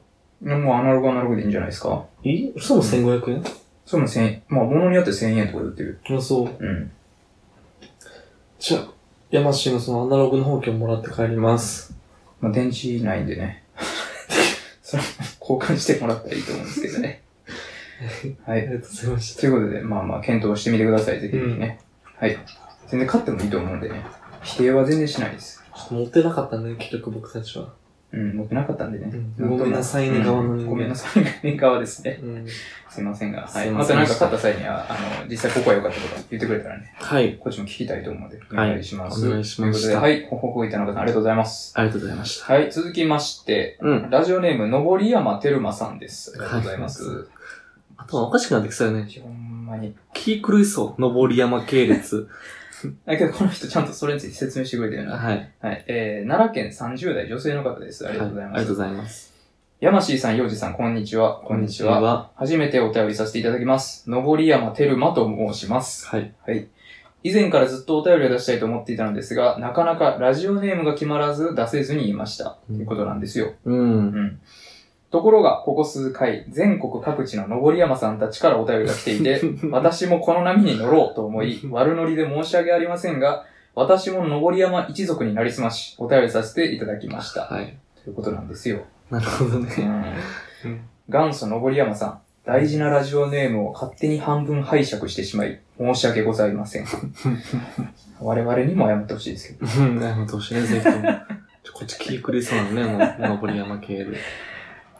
[SPEAKER 1] もうアナログアナログでいいんじゃないですか
[SPEAKER 2] えそれも1500円、
[SPEAKER 1] それも千円。まあ、物によって千円とかで売ってる。
[SPEAKER 2] あ、そう。
[SPEAKER 1] うん。
[SPEAKER 2] じゃあ、ヤマシーのそのアナログの本券もらって帰ります。
[SPEAKER 1] まあ、電池ないんでね。 それも交換してもらったらいいと思うんですけどね。は
[SPEAKER 2] あり
[SPEAKER 1] い。
[SPEAKER 2] がとうございました。
[SPEAKER 1] ということで、まあまあ、検討してみてください。ぜひぜひね。はい。全然買ってもいいと思うんでね。否定は全然しないです。
[SPEAKER 2] ちょっと持ってなかったね、結局僕たちは。
[SPEAKER 1] うん、持ってなかったんでね。
[SPEAKER 2] うんごめんなさいね側の人
[SPEAKER 1] う
[SPEAKER 2] 間
[SPEAKER 1] んごめんなさいね側ですね。
[SPEAKER 2] うん。
[SPEAKER 1] すいませんが、は
[SPEAKER 2] す
[SPEAKER 1] い。
[SPEAKER 2] い
[SPEAKER 1] ま
[SPEAKER 2] ま
[SPEAKER 1] た
[SPEAKER 2] せん
[SPEAKER 1] なん
[SPEAKER 2] で
[SPEAKER 1] か
[SPEAKER 2] し
[SPEAKER 1] 買
[SPEAKER 2] た
[SPEAKER 1] った際には、あの、実際ここは良かったとか言ってくれたらね、
[SPEAKER 2] はい。
[SPEAKER 1] こっちも聞きたいと思うので、お
[SPEAKER 2] はい
[SPEAKER 1] 願いします。
[SPEAKER 2] お願いし
[SPEAKER 1] という
[SPEAKER 2] ました
[SPEAKER 1] ことで、はい。報告いただいた方ありがとうございます。
[SPEAKER 2] ありがとうございました。
[SPEAKER 1] はい。続きまして、
[SPEAKER 2] うん。
[SPEAKER 1] ラジオネーム、のぼりやまてるまさんです。ありがとうございます。
[SPEAKER 2] 頭おかしくなってきそうよね。
[SPEAKER 1] ほんまに。
[SPEAKER 2] 気狂いそう。登り山系列。
[SPEAKER 1] だけど、この人ちゃんとそれについて説明してくれてるな。
[SPEAKER 2] はい。
[SPEAKER 1] はい。えー、奈良県30代女性の方です。ありがとうござい
[SPEAKER 2] はあ
[SPEAKER 1] ま
[SPEAKER 2] りがとう
[SPEAKER 1] す。
[SPEAKER 2] ございます。
[SPEAKER 1] 山師さん、洋二さん、こんにちは。こんにちは。初めてお便りさせていただきます。のぼりやまてるまと申します。
[SPEAKER 2] はい。
[SPEAKER 1] 以前からずっとお便りを出したいと思っていたのですが、なかなかラジオネームが決まらず出せずにいました。
[SPEAKER 2] うん
[SPEAKER 1] ということなんですよ。
[SPEAKER 2] うん。
[SPEAKER 1] ん。ところが、ここ数回、全国各地の登山さんたちからお便りが来てい て、私もこの波に乗ろうと思い、悪乗りで申し訳ありませんが、私も登山一族になりすまし、お便りさせていただきました。
[SPEAKER 2] はい。
[SPEAKER 1] ということなんですよ。
[SPEAKER 2] なるほど
[SPEAKER 1] う
[SPEAKER 2] ね。
[SPEAKER 1] ん元祖登山さん、大事なラジオネームを勝手に半分拝借してしまい、申し訳ございま せん。我々にも謝ってほしいですけど。
[SPEAKER 2] うん。あの、どうしようね、ぜひとも。ちょこっち気狂いそうなのね、もう、登り山系列。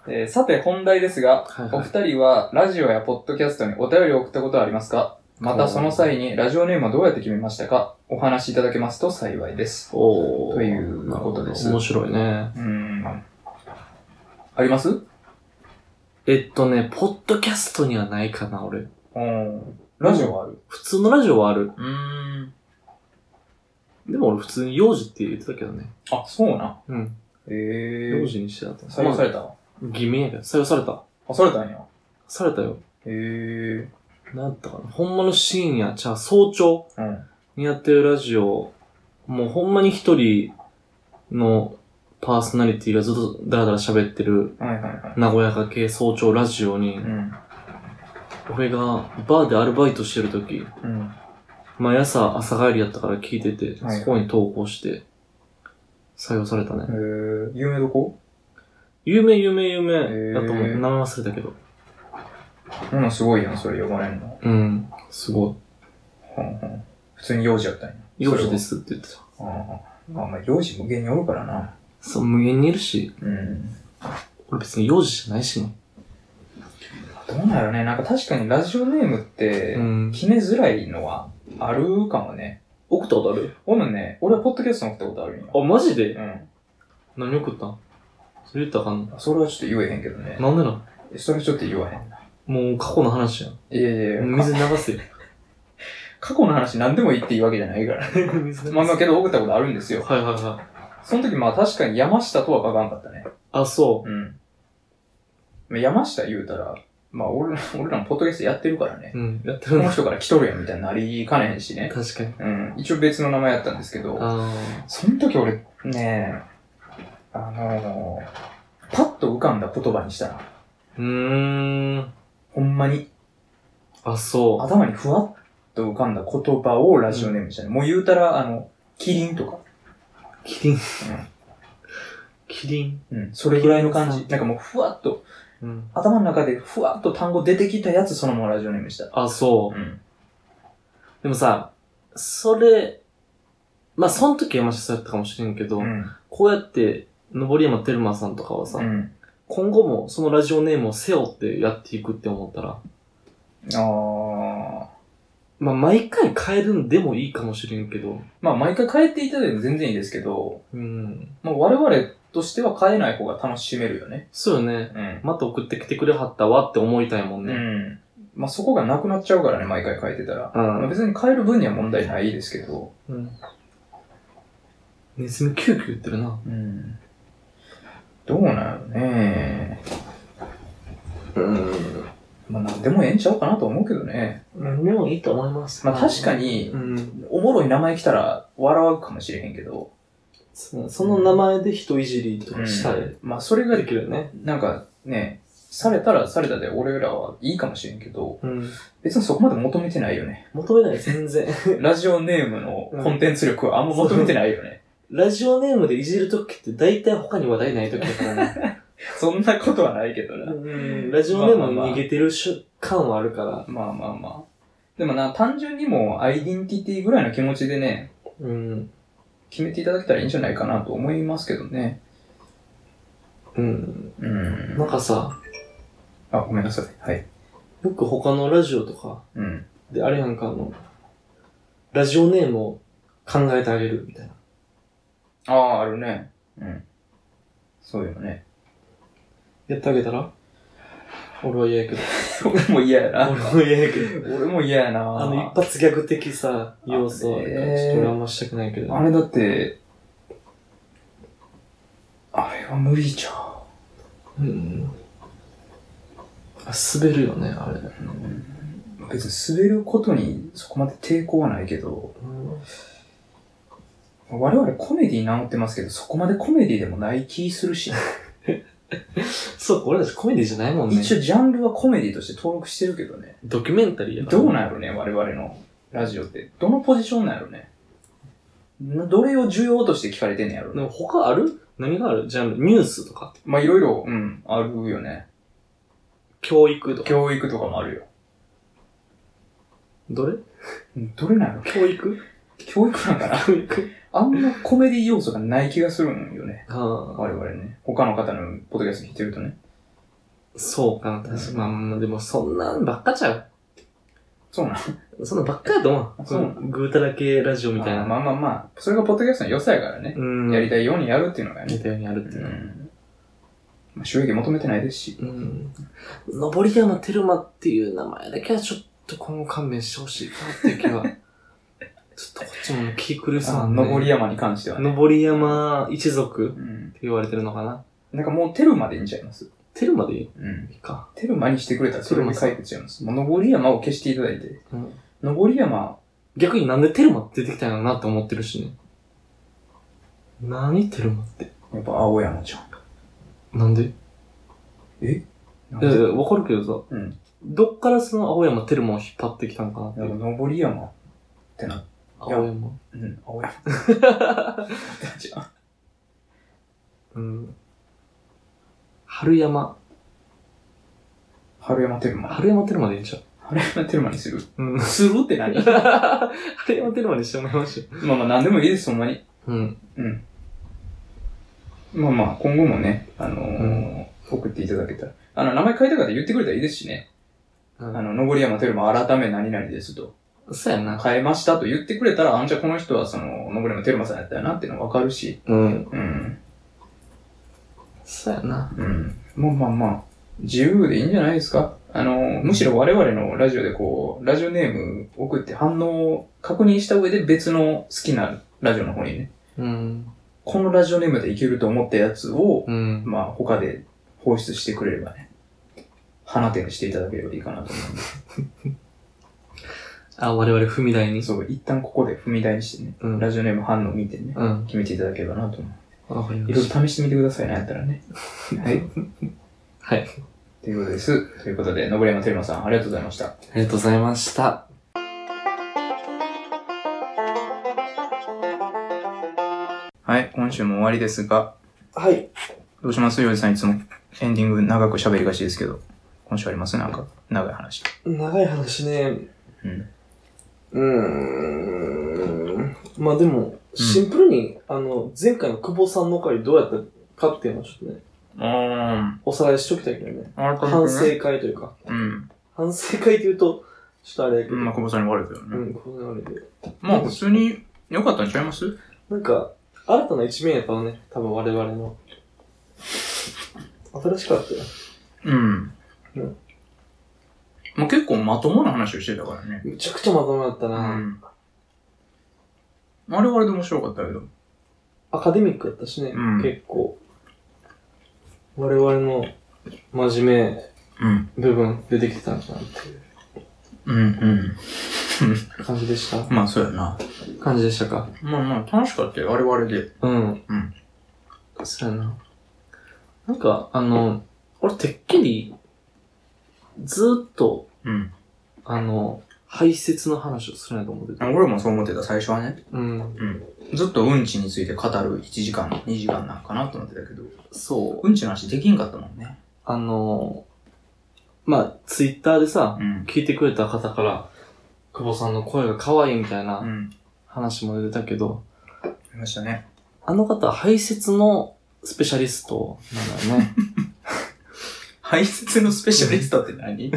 [SPEAKER 1] えーさて、本題ですが、
[SPEAKER 2] はい
[SPEAKER 1] お
[SPEAKER 2] はい。
[SPEAKER 1] 二人はラジオやポッドキャストにお便りを送ったことはありますかまたその際にラジオネームはどうやって決めましたかお話しいただけますと幸いです。
[SPEAKER 2] お
[SPEAKER 1] ということです
[SPEAKER 2] 面白いね。
[SPEAKER 1] うーん。あります
[SPEAKER 2] えっとね、ポッドキャストにはないかな、俺。
[SPEAKER 1] うん。ラジオはある
[SPEAKER 2] 普通のラジオはある。
[SPEAKER 1] うーん。
[SPEAKER 2] でも俺普通に幼児って言ってたけどね。
[SPEAKER 1] あ、そうな。
[SPEAKER 2] うん。
[SPEAKER 1] え
[SPEAKER 2] 幼
[SPEAKER 1] ー。
[SPEAKER 2] 児にしてたと思う。
[SPEAKER 1] 採用され
[SPEAKER 2] た。
[SPEAKER 1] た
[SPEAKER 2] 偽名やけど、採用された。
[SPEAKER 1] あ、されたんや。
[SPEAKER 2] されたよ。
[SPEAKER 1] えー。
[SPEAKER 2] なんやったかな。ほんまの深夜、じゃあ早朝。
[SPEAKER 1] うん。
[SPEAKER 2] にやってるラジオ、もうほんまに一人のパーソナリティがずっとダラダラ喋ってる、
[SPEAKER 1] はいはいはい。
[SPEAKER 2] 名古屋か系早朝ラジオに
[SPEAKER 1] う、ん。
[SPEAKER 2] 俺がバーでアルバイトしてる時、
[SPEAKER 1] うん。
[SPEAKER 2] 毎朝朝帰りやったから聞いてて、
[SPEAKER 1] はい
[SPEAKER 2] そこに投稿して、採用されたね
[SPEAKER 1] え。ー、有名どこ
[SPEAKER 2] 有名有名有名
[SPEAKER 1] ー
[SPEAKER 2] だと思う。名前忘れたけど。
[SPEAKER 1] うん、すごいやん、それ呼ばれんの。
[SPEAKER 2] うん、すご
[SPEAKER 1] ほんほん普通に幼児やったんや。
[SPEAKER 2] い。幼児ですって言ってた。
[SPEAKER 1] それは。あーまあ、まあ、幼児無限におるからな。
[SPEAKER 2] そう、無限にいるし、
[SPEAKER 1] うん。
[SPEAKER 2] 俺別に幼児じゃないしね。
[SPEAKER 1] どうなるね。なんか確かにラジオネームって
[SPEAKER 2] う、ん。
[SPEAKER 1] 決めづらいのはあるかもね。
[SPEAKER 2] 送ったことある
[SPEAKER 1] 俺もね、俺はポッドキャストに送ったことあるん
[SPEAKER 2] あ、マジで
[SPEAKER 1] や。
[SPEAKER 2] 何送ったんそれ言ったらあかんの
[SPEAKER 1] うん。それはちょっと言えへんけどね。
[SPEAKER 2] なんでな
[SPEAKER 1] それちょっと言わへんな。
[SPEAKER 2] もう過去の話やん。
[SPEAKER 1] いやいやいや、
[SPEAKER 2] 水に流すよ。
[SPEAKER 1] 過去の話何でも言っていいわけじゃないから。
[SPEAKER 2] 水
[SPEAKER 1] まあまあけど、送ったことあるんですよ。
[SPEAKER 2] はいはいはい。
[SPEAKER 1] その時まあ確かに山下とは書かんかったね。
[SPEAKER 2] あ、そ
[SPEAKER 1] うん。まあ山下言うたら、まあ俺ら、俺らもポッドキャストやってるからね。
[SPEAKER 2] う。うん。やって
[SPEAKER 1] こ
[SPEAKER 2] る
[SPEAKER 1] の
[SPEAKER 2] な。
[SPEAKER 1] 人から来とるやんみたいになりかねへんしね。
[SPEAKER 2] 確かに。
[SPEAKER 1] うん。一応別の名前やったんですけど、
[SPEAKER 2] あ
[SPEAKER 1] その時俺、ねあのー、パッと浮かんだ言葉にしたら、
[SPEAKER 2] ー。うーん。
[SPEAKER 1] ほんまに
[SPEAKER 2] あ、そ
[SPEAKER 1] 頭にふわっと浮かんだ言葉をラジオネームにしたね。もう言うたら、あの、キリンとか。
[SPEAKER 2] う。キリン。キリン。
[SPEAKER 1] うん。それぐらいの感
[SPEAKER 2] キリ
[SPEAKER 1] じ。
[SPEAKER 2] ン
[SPEAKER 1] なんかもうふわっと、
[SPEAKER 2] うん。
[SPEAKER 1] 頭の中でふわっと単語出てきたやつそのままラジオネームにした。
[SPEAKER 2] あ、そ
[SPEAKER 1] う。
[SPEAKER 2] う
[SPEAKER 1] ん。
[SPEAKER 2] でもさ、それ、まあ、その時はましそうやったかもしれんけど、
[SPEAKER 1] うん。
[SPEAKER 2] こうやって、登山テルマさんとかはさ、
[SPEAKER 1] うん。
[SPEAKER 2] 今後もそのラジオネームを背負ってやっていくって思ったら、
[SPEAKER 1] ああ。
[SPEAKER 2] まあ、毎回変えるんでもいいかもしれんけど、
[SPEAKER 1] まあ、毎回変えていただいても全然いいですけど、
[SPEAKER 2] うん。
[SPEAKER 1] まあ、我々としては変えない方が楽しめるよね。
[SPEAKER 2] そうよね。
[SPEAKER 1] うん。
[SPEAKER 2] また送ってきてくれはったわって思いたいもん
[SPEAKER 1] う
[SPEAKER 2] ね。
[SPEAKER 1] ん。まあ、そこがなくなっちゃうからね、毎回変えてたら。
[SPEAKER 2] う
[SPEAKER 1] まあ、
[SPEAKER 2] ん。
[SPEAKER 1] 別に変える分には問題ないですけど。
[SPEAKER 2] うん。ネズミキューキュー言ってるな。
[SPEAKER 1] うん。どうなのね。
[SPEAKER 2] うん。
[SPEAKER 1] まあ、なんでもええんちゃうかなと思うけどね。
[SPEAKER 2] 何でもいいと思います。
[SPEAKER 1] まあ、確か
[SPEAKER 2] に。
[SPEAKER 1] に、
[SPEAKER 2] うん。
[SPEAKER 1] おもろい名前来たら笑うかもしれへんけど。
[SPEAKER 2] そその名前で人いじりとかした
[SPEAKER 1] う
[SPEAKER 2] い
[SPEAKER 1] ん。まあ、それが
[SPEAKER 2] で、きるよね。
[SPEAKER 1] なんかね、されたらされたで俺らはいいかもしれんけど、
[SPEAKER 2] うん。
[SPEAKER 1] 別にそこまで求めてないよね。
[SPEAKER 2] 求めない、全然。
[SPEAKER 1] ラジオネームのコンテンツ力はあんま求めてないよね。
[SPEAKER 2] ラジオネームでいじるときって大体他に話題ないときだからね。
[SPEAKER 1] そんなことはないけどな。
[SPEAKER 2] うんラジオネームに逃げてるし感はあるから。
[SPEAKER 1] まあまあまあ。でもな、単純にもうアイデンティティぐらいの気持ちでね、
[SPEAKER 2] うん。
[SPEAKER 1] 決めていただけたらいいんじゃないかなと思いますけどね。
[SPEAKER 2] うん。
[SPEAKER 1] うん。
[SPEAKER 2] なんかさ、
[SPEAKER 1] あ、ごめんなさい。はい。
[SPEAKER 2] よく他のラジオとか
[SPEAKER 1] うん。
[SPEAKER 2] で、あれやんかあの、ラジオネームを考えてあげるみたいな。
[SPEAKER 1] ああ、あるね。うん。そうよね。
[SPEAKER 2] やってあげたら俺は 嫌やけど。
[SPEAKER 1] 俺も嫌やな。
[SPEAKER 2] は嫌やけど。
[SPEAKER 1] 俺も嫌やな。
[SPEAKER 2] あの、一発ギャグ的さ、要素は、
[SPEAKER 1] あ
[SPEAKER 2] ち
[SPEAKER 1] え
[SPEAKER 2] ょ
[SPEAKER 1] ー
[SPEAKER 2] っと俺あんましたくないけど。
[SPEAKER 1] あれだって、あれは無理じゃん。
[SPEAKER 2] うん。あ滑るよね、あれ。
[SPEAKER 1] 別に滑ることにそこまで抵抗はないけど、我々コメディ名乗ってますけど、そこまでコメディでもない気するし、
[SPEAKER 2] そうか、俺たちコメディじゃないもんね。
[SPEAKER 1] 一応ジャンルはコメディとして登録してるけどね。
[SPEAKER 2] ドキュメンタリーやから
[SPEAKER 1] どうなんやろね、我々のラジオって。どのポジションなんやろね。などれを重要として聞かれてんねやろ
[SPEAKER 2] で
[SPEAKER 1] ね。
[SPEAKER 2] も他ある何があるジャンルニュースとか
[SPEAKER 1] まあ、いろいろ、うん、あるよね。
[SPEAKER 2] 教育とか
[SPEAKER 1] 教育とかもあるよ。
[SPEAKER 2] どれ
[SPEAKER 1] どれなんやろ
[SPEAKER 2] 教育
[SPEAKER 1] 教育なんかな
[SPEAKER 2] 教育
[SPEAKER 1] あんまコメディ要素がない気がするんよね。
[SPEAKER 2] ああ、
[SPEAKER 1] 我々ね。他の方のポッドキャスト聞いてるとね。
[SPEAKER 2] そうかな。確かに。まあまあ、でもそんなんばっかちゃ
[SPEAKER 1] そうなん
[SPEAKER 2] う。そんなんばっかやと思う。
[SPEAKER 1] そうなの
[SPEAKER 2] ん。ぐうたら系ラジオみたい
[SPEAKER 1] あー
[SPEAKER 2] な。
[SPEAKER 1] まあまあまあ、それがポッドキャストの良さやからね。
[SPEAKER 2] うん。
[SPEAKER 1] やりたいようにやるっていうのが
[SPEAKER 2] 似
[SPEAKER 1] ね。
[SPEAKER 2] たようにやるって
[SPEAKER 1] う
[SPEAKER 2] いうのは。
[SPEAKER 1] ん。まあ、収益求めてないですし。
[SPEAKER 2] うん。登山テルマっていう名前だけはちょっと今後勘弁してほしいかなっていう気は。 ちょっとこっちもね気狂いそうなんで。
[SPEAKER 1] 登り山に関してはね。
[SPEAKER 2] 登山一族って
[SPEAKER 1] うん。
[SPEAKER 2] 言われてるのかな。
[SPEAKER 1] なんかもうテルマでいいんちゃいます。
[SPEAKER 2] テルマでい
[SPEAKER 1] うん。
[SPEAKER 2] いか。
[SPEAKER 1] テルマにしてくれたらそれも解決しちゃいます。もう登り山を消していただいて。
[SPEAKER 2] うん。
[SPEAKER 1] 登り山、
[SPEAKER 2] 逆になんでテルマって出てきたんやろなって思ってるしね。何テルマって。
[SPEAKER 1] やっぱ青山じゃん。
[SPEAKER 2] なんで
[SPEAKER 1] なん
[SPEAKER 2] いやい
[SPEAKER 1] で
[SPEAKER 2] や、わかるけどさ。
[SPEAKER 1] うん。
[SPEAKER 2] どっからその青山テルマを引っ張ってきたのかなって
[SPEAKER 1] やっ
[SPEAKER 2] い
[SPEAKER 1] ぱ
[SPEAKER 2] う。
[SPEAKER 1] 登り山ってな。
[SPEAKER 2] 青山。
[SPEAKER 1] うん、 青山。じゃあ
[SPEAKER 2] うん。春山。
[SPEAKER 1] 春山テルマ。
[SPEAKER 2] 春山テルマでいいんちゃう
[SPEAKER 1] 春山テルマにする。
[SPEAKER 2] うん。
[SPEAKER 1] するって何
[SPEAKER 2] 春山テルマにしてもらいましょ
[SPEAKER 1] まあまあ何でもいいです、ほんまに。
[SPEAKER 2] う。うん。
[SPEAKER 1] うん。まあまあ、今後もね、あのー
[SPEAKER 2] うん
[SPEAKER 1] 送っていただけたら。あの、名前変えた方言ってくれたらいいですしね。
[SPEAKER 2] う
[SPEAKER 1] あ
[SPEAKER 2] ん、
[SPEAKER 1] の、登山というよりも改め何々ですと。
[SPEAKER 2] そうやな。
[SPEAKER 1] 変えましたと言ってくれたら、あんじゃこの人はその、登山というよりもさんやったよなっていうのわかるし。
[SPEAKER 2] うん。
[SPEAKER 1] うん。
[SPEAKER 2] そうやな。
[SPEAKER 1] うん。まあまあま自由でいいんじゃないですかあの、むしろ我々のラジオでこう、ラジオネーム送って反応を確認した上で別の好きなラジオの方にね、
[SPEAKER 2] うん。
[SPEAKER 1] このラジオネームでいけると思ったやつを、
[SPEAKER 2] うん。
[SPEAKER 1] まあ他で放出してくれればね、花手にしていただければいいかなと思うんで
[SPEAKER 2] あ、我々踏み台に。
[SPEAKER 1] そう、一旦ここで踏み台にしてね、
[SPEAKER 2] うん
[SPEAKER 1] ラジオネーム反応見てね、
[SPEAKER 2] うん。
[SPEAKER 1] 決めていただければなと思
[SPEAKER 2] わかり
[SPEAKER 1] う。い
[SPEAKER 2] ま
[SPEAKER 1] ろい
[SPEAKER 2] した。
[SPEAKER 1] ろ試してみてくださいね、やったらね。 はい。
[SPEAKER 2] はい。
[SPEAKER 1] ということです。ということで、登山テルマさん、ありがとうございました。
[SPEAKER 2] ありがとうございました。
[SPEAKER 1] はい、今週も終わりですが、
[SPEAKER 3] はい。
[SPEAKER 1] どうしますよりさんいつもエンディング長く喋りがちですけど、今週ありますなんか、長い話。
[SPEAKER 3] 長い話ね。
[SPEAKER 1] うん。
[SPEAKER 3] うーん。まあでも、シンプルに、あの、前回の久保さんの回どうやったかっていうのをちょっとね、
[SPEAKER 1] あ
[SPEAKER 3] おさらいしときたいけどね。
[SPEAKER 1] あ、
[SPEAKER 3] 反省会というか、
[SPEAKER 1] うん。
[SPEAKER 3] 反省会っていうと、ちょっとあれだけど、
[SPEAKER 1] まあ、久保さんに悪いけど
[SPEAKER 3] う
[SPEAKER 1] ね。
[SPEAKER 3] ん、こうなるで。
[SPEAKER 1] まあ、普通に良かったんちゃいます
[SPEAKER 3] なんか、新たな一面やったのね、多分我々の。新しかったよ。
[SPEAKER 1] うん。
[SPEAKER 3] うん
[SPEAKER 1] まあ、結構まともな話をしてたからね。
[SPEAKER 3] むちゃくちゃまともだった
[SPEAKER 1] う
[SPEAKER 3] な、
[SPEAKER 1] ん。あれはあれで面白かったけど。
[SPEAKER 3] アカデミックだったしね、
[SPEAKER 1] うん
[SPEAKER 3] 結構。我々の真面目
[SPEAKER 1] うん。
[SPEAKER 3] 部分出てきてたんかなっていう
[SPEAKER 1] うん、うん。
[SPEAKER 3] 感じでした。
[SPEAKER 1] まあ、そうやな。
[SPEAKER 2] 感じでしたか
[SPEAKER 1] まあまあ、楽しかったよ。あれはあれで。
[SPEAKER 2] うん。
[SPEAKER 1] うん。
[SPEAKER 2] そうやな。なんか、あの、俺てっきり、ずーっと、
[SPEAKER 1] うん。
[SPEAKER 2] あの、排泄の話をするんやと思ってた。
[SPEAKER 1] 俺もそう思ってた、最初はね。
[SPEAKER 2] うん。
[SPEAKER 1] ずっとうんちについて語る1時間、2時間なんかなと思ってたけど、
[SPEAKER 2] そう。
[SPEAKER 1] うんちの話できんかったもんね。
[SPEAKER 2] あの、まあ、ツイッターでさ、
[SPEAKER 1] うん。。
[SPEAKER 2] 聞いてくれた方から、久保さんの声が可愛いみたいうなん話も出たけど、
[SPEAKER 1] ありましたね。
[SPEAKER 2] あの方は排泄のスペシャリストなんだよね。
[SPEAKER 1] 排泄のスペシャリストって何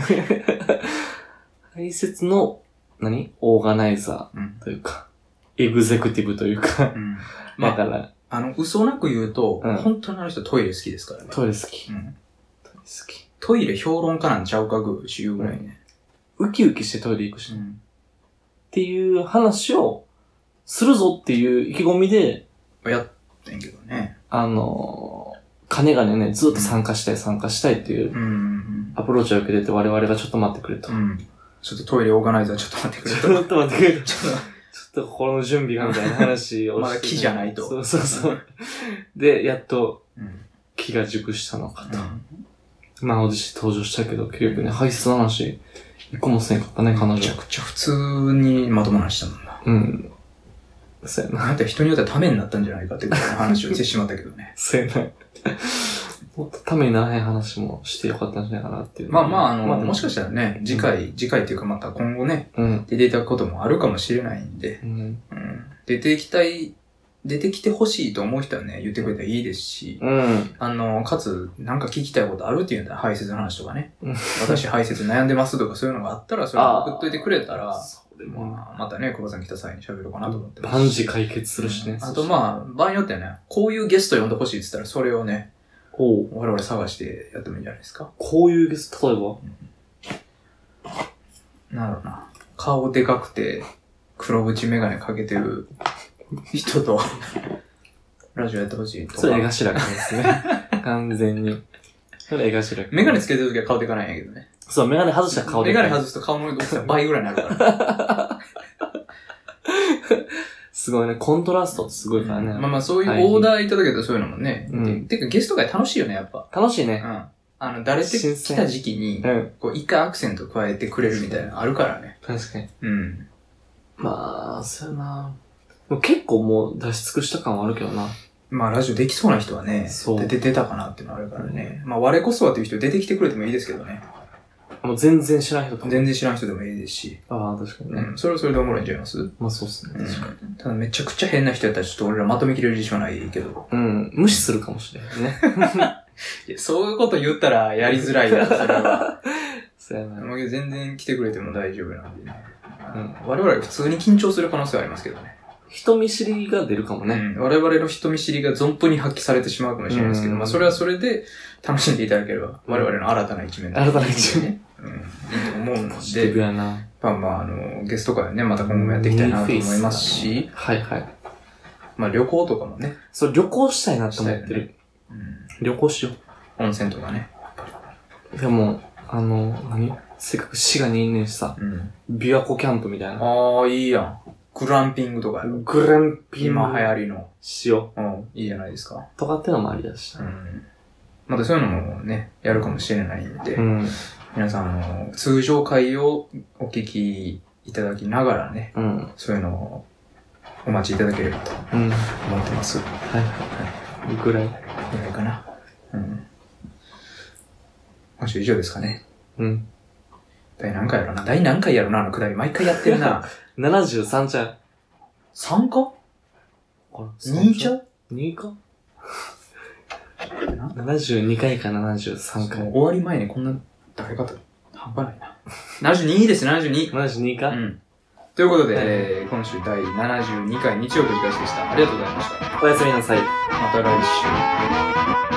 [SPEAKER 2] 排泄の、何オーガナイザ
[SPEAKER 1] うん。
[SPEAKER 2] ーというか、エグゼクティブというか、
[SPEAKER 1] うん。
[SPEAKER 2] だ
[SPEAKER 1] ま
[SPEAKER 2] か
[SPEAKER 1] あ、
[SPEAKER 2] ら、
[SPEAKER 1] あの、嘘なく言うと、
[SPEAKER 2] うん
[SPEAKER 1] 本当にあの人トイレ好きですからね。
[SPEAKER 2] トイレ好き。
[SPEAKER 1] うん
[SPEAKER 2] トイレ好き。
[SPEAKER 1] トイレ評論家なんちゃうかぐ、し言うぐらいね。
[SPEAKER 2] ウキウキしてトイレ行くし、
[SPEAKER 1] う
[SPEAKER 2] ねっ
[SPEAKER 1] ん。
[SPEAKER 2] ていう話をするぞっていう意気込みで、
[SPEAKER 1] やってんけどね。
[SPEAKER 2] あのー、金がね、ずっと参加したい参加したいっていう
[SPEAKER 1] うんうん
[SPEAKER 2] アプローチを受けてて我々がちょっと待ってくれと。
[SPEAKER 1] うん。うん。ちょっとトイレオーガナイザーちょっと待ってくれ
[SPEAKER 2] ち
[SPEAKER 1] と。
[SPEAKER 2] ょっと待ってくれと。ち
[SPEAKER 1] ちょっ
[SPEAKER 2] ょっと心の準備がみたいな話をして。
[SPEAKER 1] まだ木じゃないと
[SPEAKER 2] そうそうそう。で、やっと
[SPEAKER 1] と。うん。
[SPEAKER 2] 木が熟したのかと。満を持して登場したけど、結局ね、排出の話、一個もせんかったね、彼
[SPEAKER 1] めち
[SPEAKER 2] 女
[SPEAKER 1] ゃ。くちゃ普通にまともな話したもんな。
[SPEAKER 2] うん。そうやな。
[SPEAKER 1] なんて人によってはためになったんじゃないかってぐらいの話をしてしまったけどね。
[SPEAKER 2] そうやな。もっとためにならへん話もしてよかったんじゃないかなっていう。
[SPEAKER 1] まあまあ、あの、
[SPEAKER 2] で
[SPEAKER 1] もしかしたらね、次回、次回っていうかまた今後ね、
[SPEAKER 2] うん。
[SPEAKER 1] 出ていただくこともあるかもしれないんで、
[SPEAKER 2] うん。
[SPEAKER 1] うん、出てきたい、出てきてほしいと思う人はね、言ってくれたらいいですし、
[SPEAKER 2] うん。
[SPEAKER 1] あの、かつ、なんか聞きたいことあるっていうんだら排泄の話とかね
[SPEAKER 2] うん、
[SPEAKER 1] 私排泄悩んでますとかそういうのがあったら、それを送っといてくれたら、
[SPEAKER 2] それもな。
[SPEAKER 1] まあ、またね、久保さん来た際に喋ろうかなと思って
[SPEAKER 2] 万事解決するしね。
[SPEAKER 1] あとまあ、場合によってはね、こういうゲスト呼んでほしいって言ったら、それをね、
[SPEAKER 2] あ、おう
[SPEAKER 1] 我々探してやってもいいんじゃないですか。
[SPEAKER 2] こういうゲスト、例えば
[SPEAKER 1] なんだろうな。顔でかくて、黒縁メガネかけてる人 と、ラジオやってほしいと
[SPEAKER 2] それ江
[SPEAKER 1] か。
[SPEAKER 2] 頭くんですね。 完全に。それ江頭くん。
[SPEAKER 1] メガネつけてるときは顔でかないんやけどね。
[SPEAKER 2] そう、メガネ外したら顔で
[SPEAKER 1] メ
[SPEAKER 2] か
[SPEAKER 1] ガ
[SPEAKER 2] い。
[SPEAKER 1] ネ外すと顔の大きさ倍ぐらいになるから、ね。
[SPEAKER 2] すごいね。コントラストってすごいからね。
[SPEAKER 1] まあまあそういうオーダーいただけたらそういうのもね。
[SPEAKER 2] うん
[SPEAKER 1] てかゲスト会楽しいよね、やっぱ。
[SPEAKER 2] 楽しいうね。
[SPEAKER 1] ん。あの、誰って
[SPEAKER 2] 新
[SPEAKER 1] 来
[SPEAKER 2] 鮮
[SPEAKER 1] た時期に
[SPEAKER 2] う、ん。
[SPEAKER 1] こう、一回アクセント加えてくれるみたいなのあるからね。
[SPEAKER 2] 確かに。
[SPEAKER 1] うん。
[SPEAKER 2] まあ、そうやな。もう結構もう出し尽くした感はあるけどな。
[SPEAKER 1] まあ、ラジオできそうな人はね、
[SPEAKER 2] そう
[SPEAKER 1] 出て出たかなっていうのはあるからね。まあ、我こそはっていう人出てきてくれてもいいですけどね。
[SPEAKER 2] もう全然知らん人とか。
[SPEAKER 1] 全然知らん人でもいいですし。
[SPEAKER 2] ああ、確かにね。
[SPEAKER 1] うん、それはそれでおもろいんちゃいます
[SPEAKER 2] まあそうっすね。確かに。
[SPEAKER 1] ただめちゃくちゃ変な人やったらちょっと俺らまとめきれる自信はないけど。
[SPEAKER 2] うん。無視するかもしれないね。
[SPEAKER 1] いや、そういうこと言ったら やりづらい やろ、それは。
[SPEAKER 2] そうやな。
[SPEAKER 1] もう全然来てくれても大丈夫なんでね。
[SPEAKER 2] うん。
[SPEAKER 1] 我々普通に緊張する可能性はありますけどね。
[SPEAKER 2] 人見知りが出るかもね。
[SPEAKER 1] 我々の人見知りが存分に発揮されてしまうかもしれないですけど、
[SPEAKER 2] うん
[SPEAKER 1] まあそれはそれで楽しんでいただければ、我々の新たな一面だ
[SPEAKER 2] 新たな一面。
[SPEAKER 1] うん、いいと思う
[SPEAKER 2] ポ
[SPEAKER 1] の
[SPEAKER 2] ジティ
[SPEAKER 1] で
[SPEAKER 2] ブ、やな。
[SPEAKER 1] まあまあ、あの、ゲスト会はね、また今後もやっていきたいなと思いますし、
[SPEAKER 2] はいはい。
[SPEAKER 1] まあ旅行とかもね、
[SPEAKER 2] そう、旅行したいなと思ってる。
[SPEAKER 1] うん、
[SPEAKER 2] 旅行しよ
[SPEAKER 1] 温泉とかね、
[SPEAKER 2] う。でも、あの、何せっかく滋賀にいんねんしさ、
[SPEAKER 1] うん。
[SPEAKER 2] 琵琶湖キャンプみたいな。
[SPEAKER 1] ああ、いいやん。グランピングとかやろ
[SPEAKER 2] グランピング
[SPEAKER 1] 今流行りの。
[SPEAKER 2] しよ
[SPEAKER 1] うん、いいじゃないですか。
[SPEAKER 2] う。とかってのもありだし
[SPEAKER 1] う
[SPEAKER 2] な。
[SPEAKER 1] ん。またそういうのもね、やるかもしれないんで、
[SPEAKER 2] うん。
[SPEAKER 1] 皆さん、あの、通常会をお聞きいただきながらね、
[SPEAKER 2] うん。
[SPEAKER 1] そういうのをお待ちいただければと
[SPEAKER 2] うん。は
[SPEAKER 1] 思ってます。
[SPEAKER 2] いはい。ぐら
[SPEAKER 1] ぐ
[SPEAKER 2] い。
[SPEAKER 1] らいかな。うん。今週以上ですかね。
[SPEAKER 2] うん。
[SPEAKER 1] 第何回やろな第何回やろなあのくだり毎回やってる な。
[SPEAKER 2] 73ちゃう。
[SPEAKER 1] 3か
[SPEAKER 2] これ
[SPEAKER 1] ?2 ちゃう
[SPEAKER 2] ?2 か ?72 回か73
[SPEAKER 1] もう
[SPEAKER 2] 回。
[SPEAKER 1] 終わり前にこんな誰かと半端ないな。72です、72。
[SPEAKER 2] 72
[SPEAKER 1] う
[SPEAKER 2] か、
[SPEAKER 1] ん。ということで、
[SPEAKER 2] はい
[SPEAKER 1] えー今週第72回日曜繰り返しでした。ありがとうございました。
[SPEAKER 2] おやすみなさい。
[SPEAKER 1] また来週。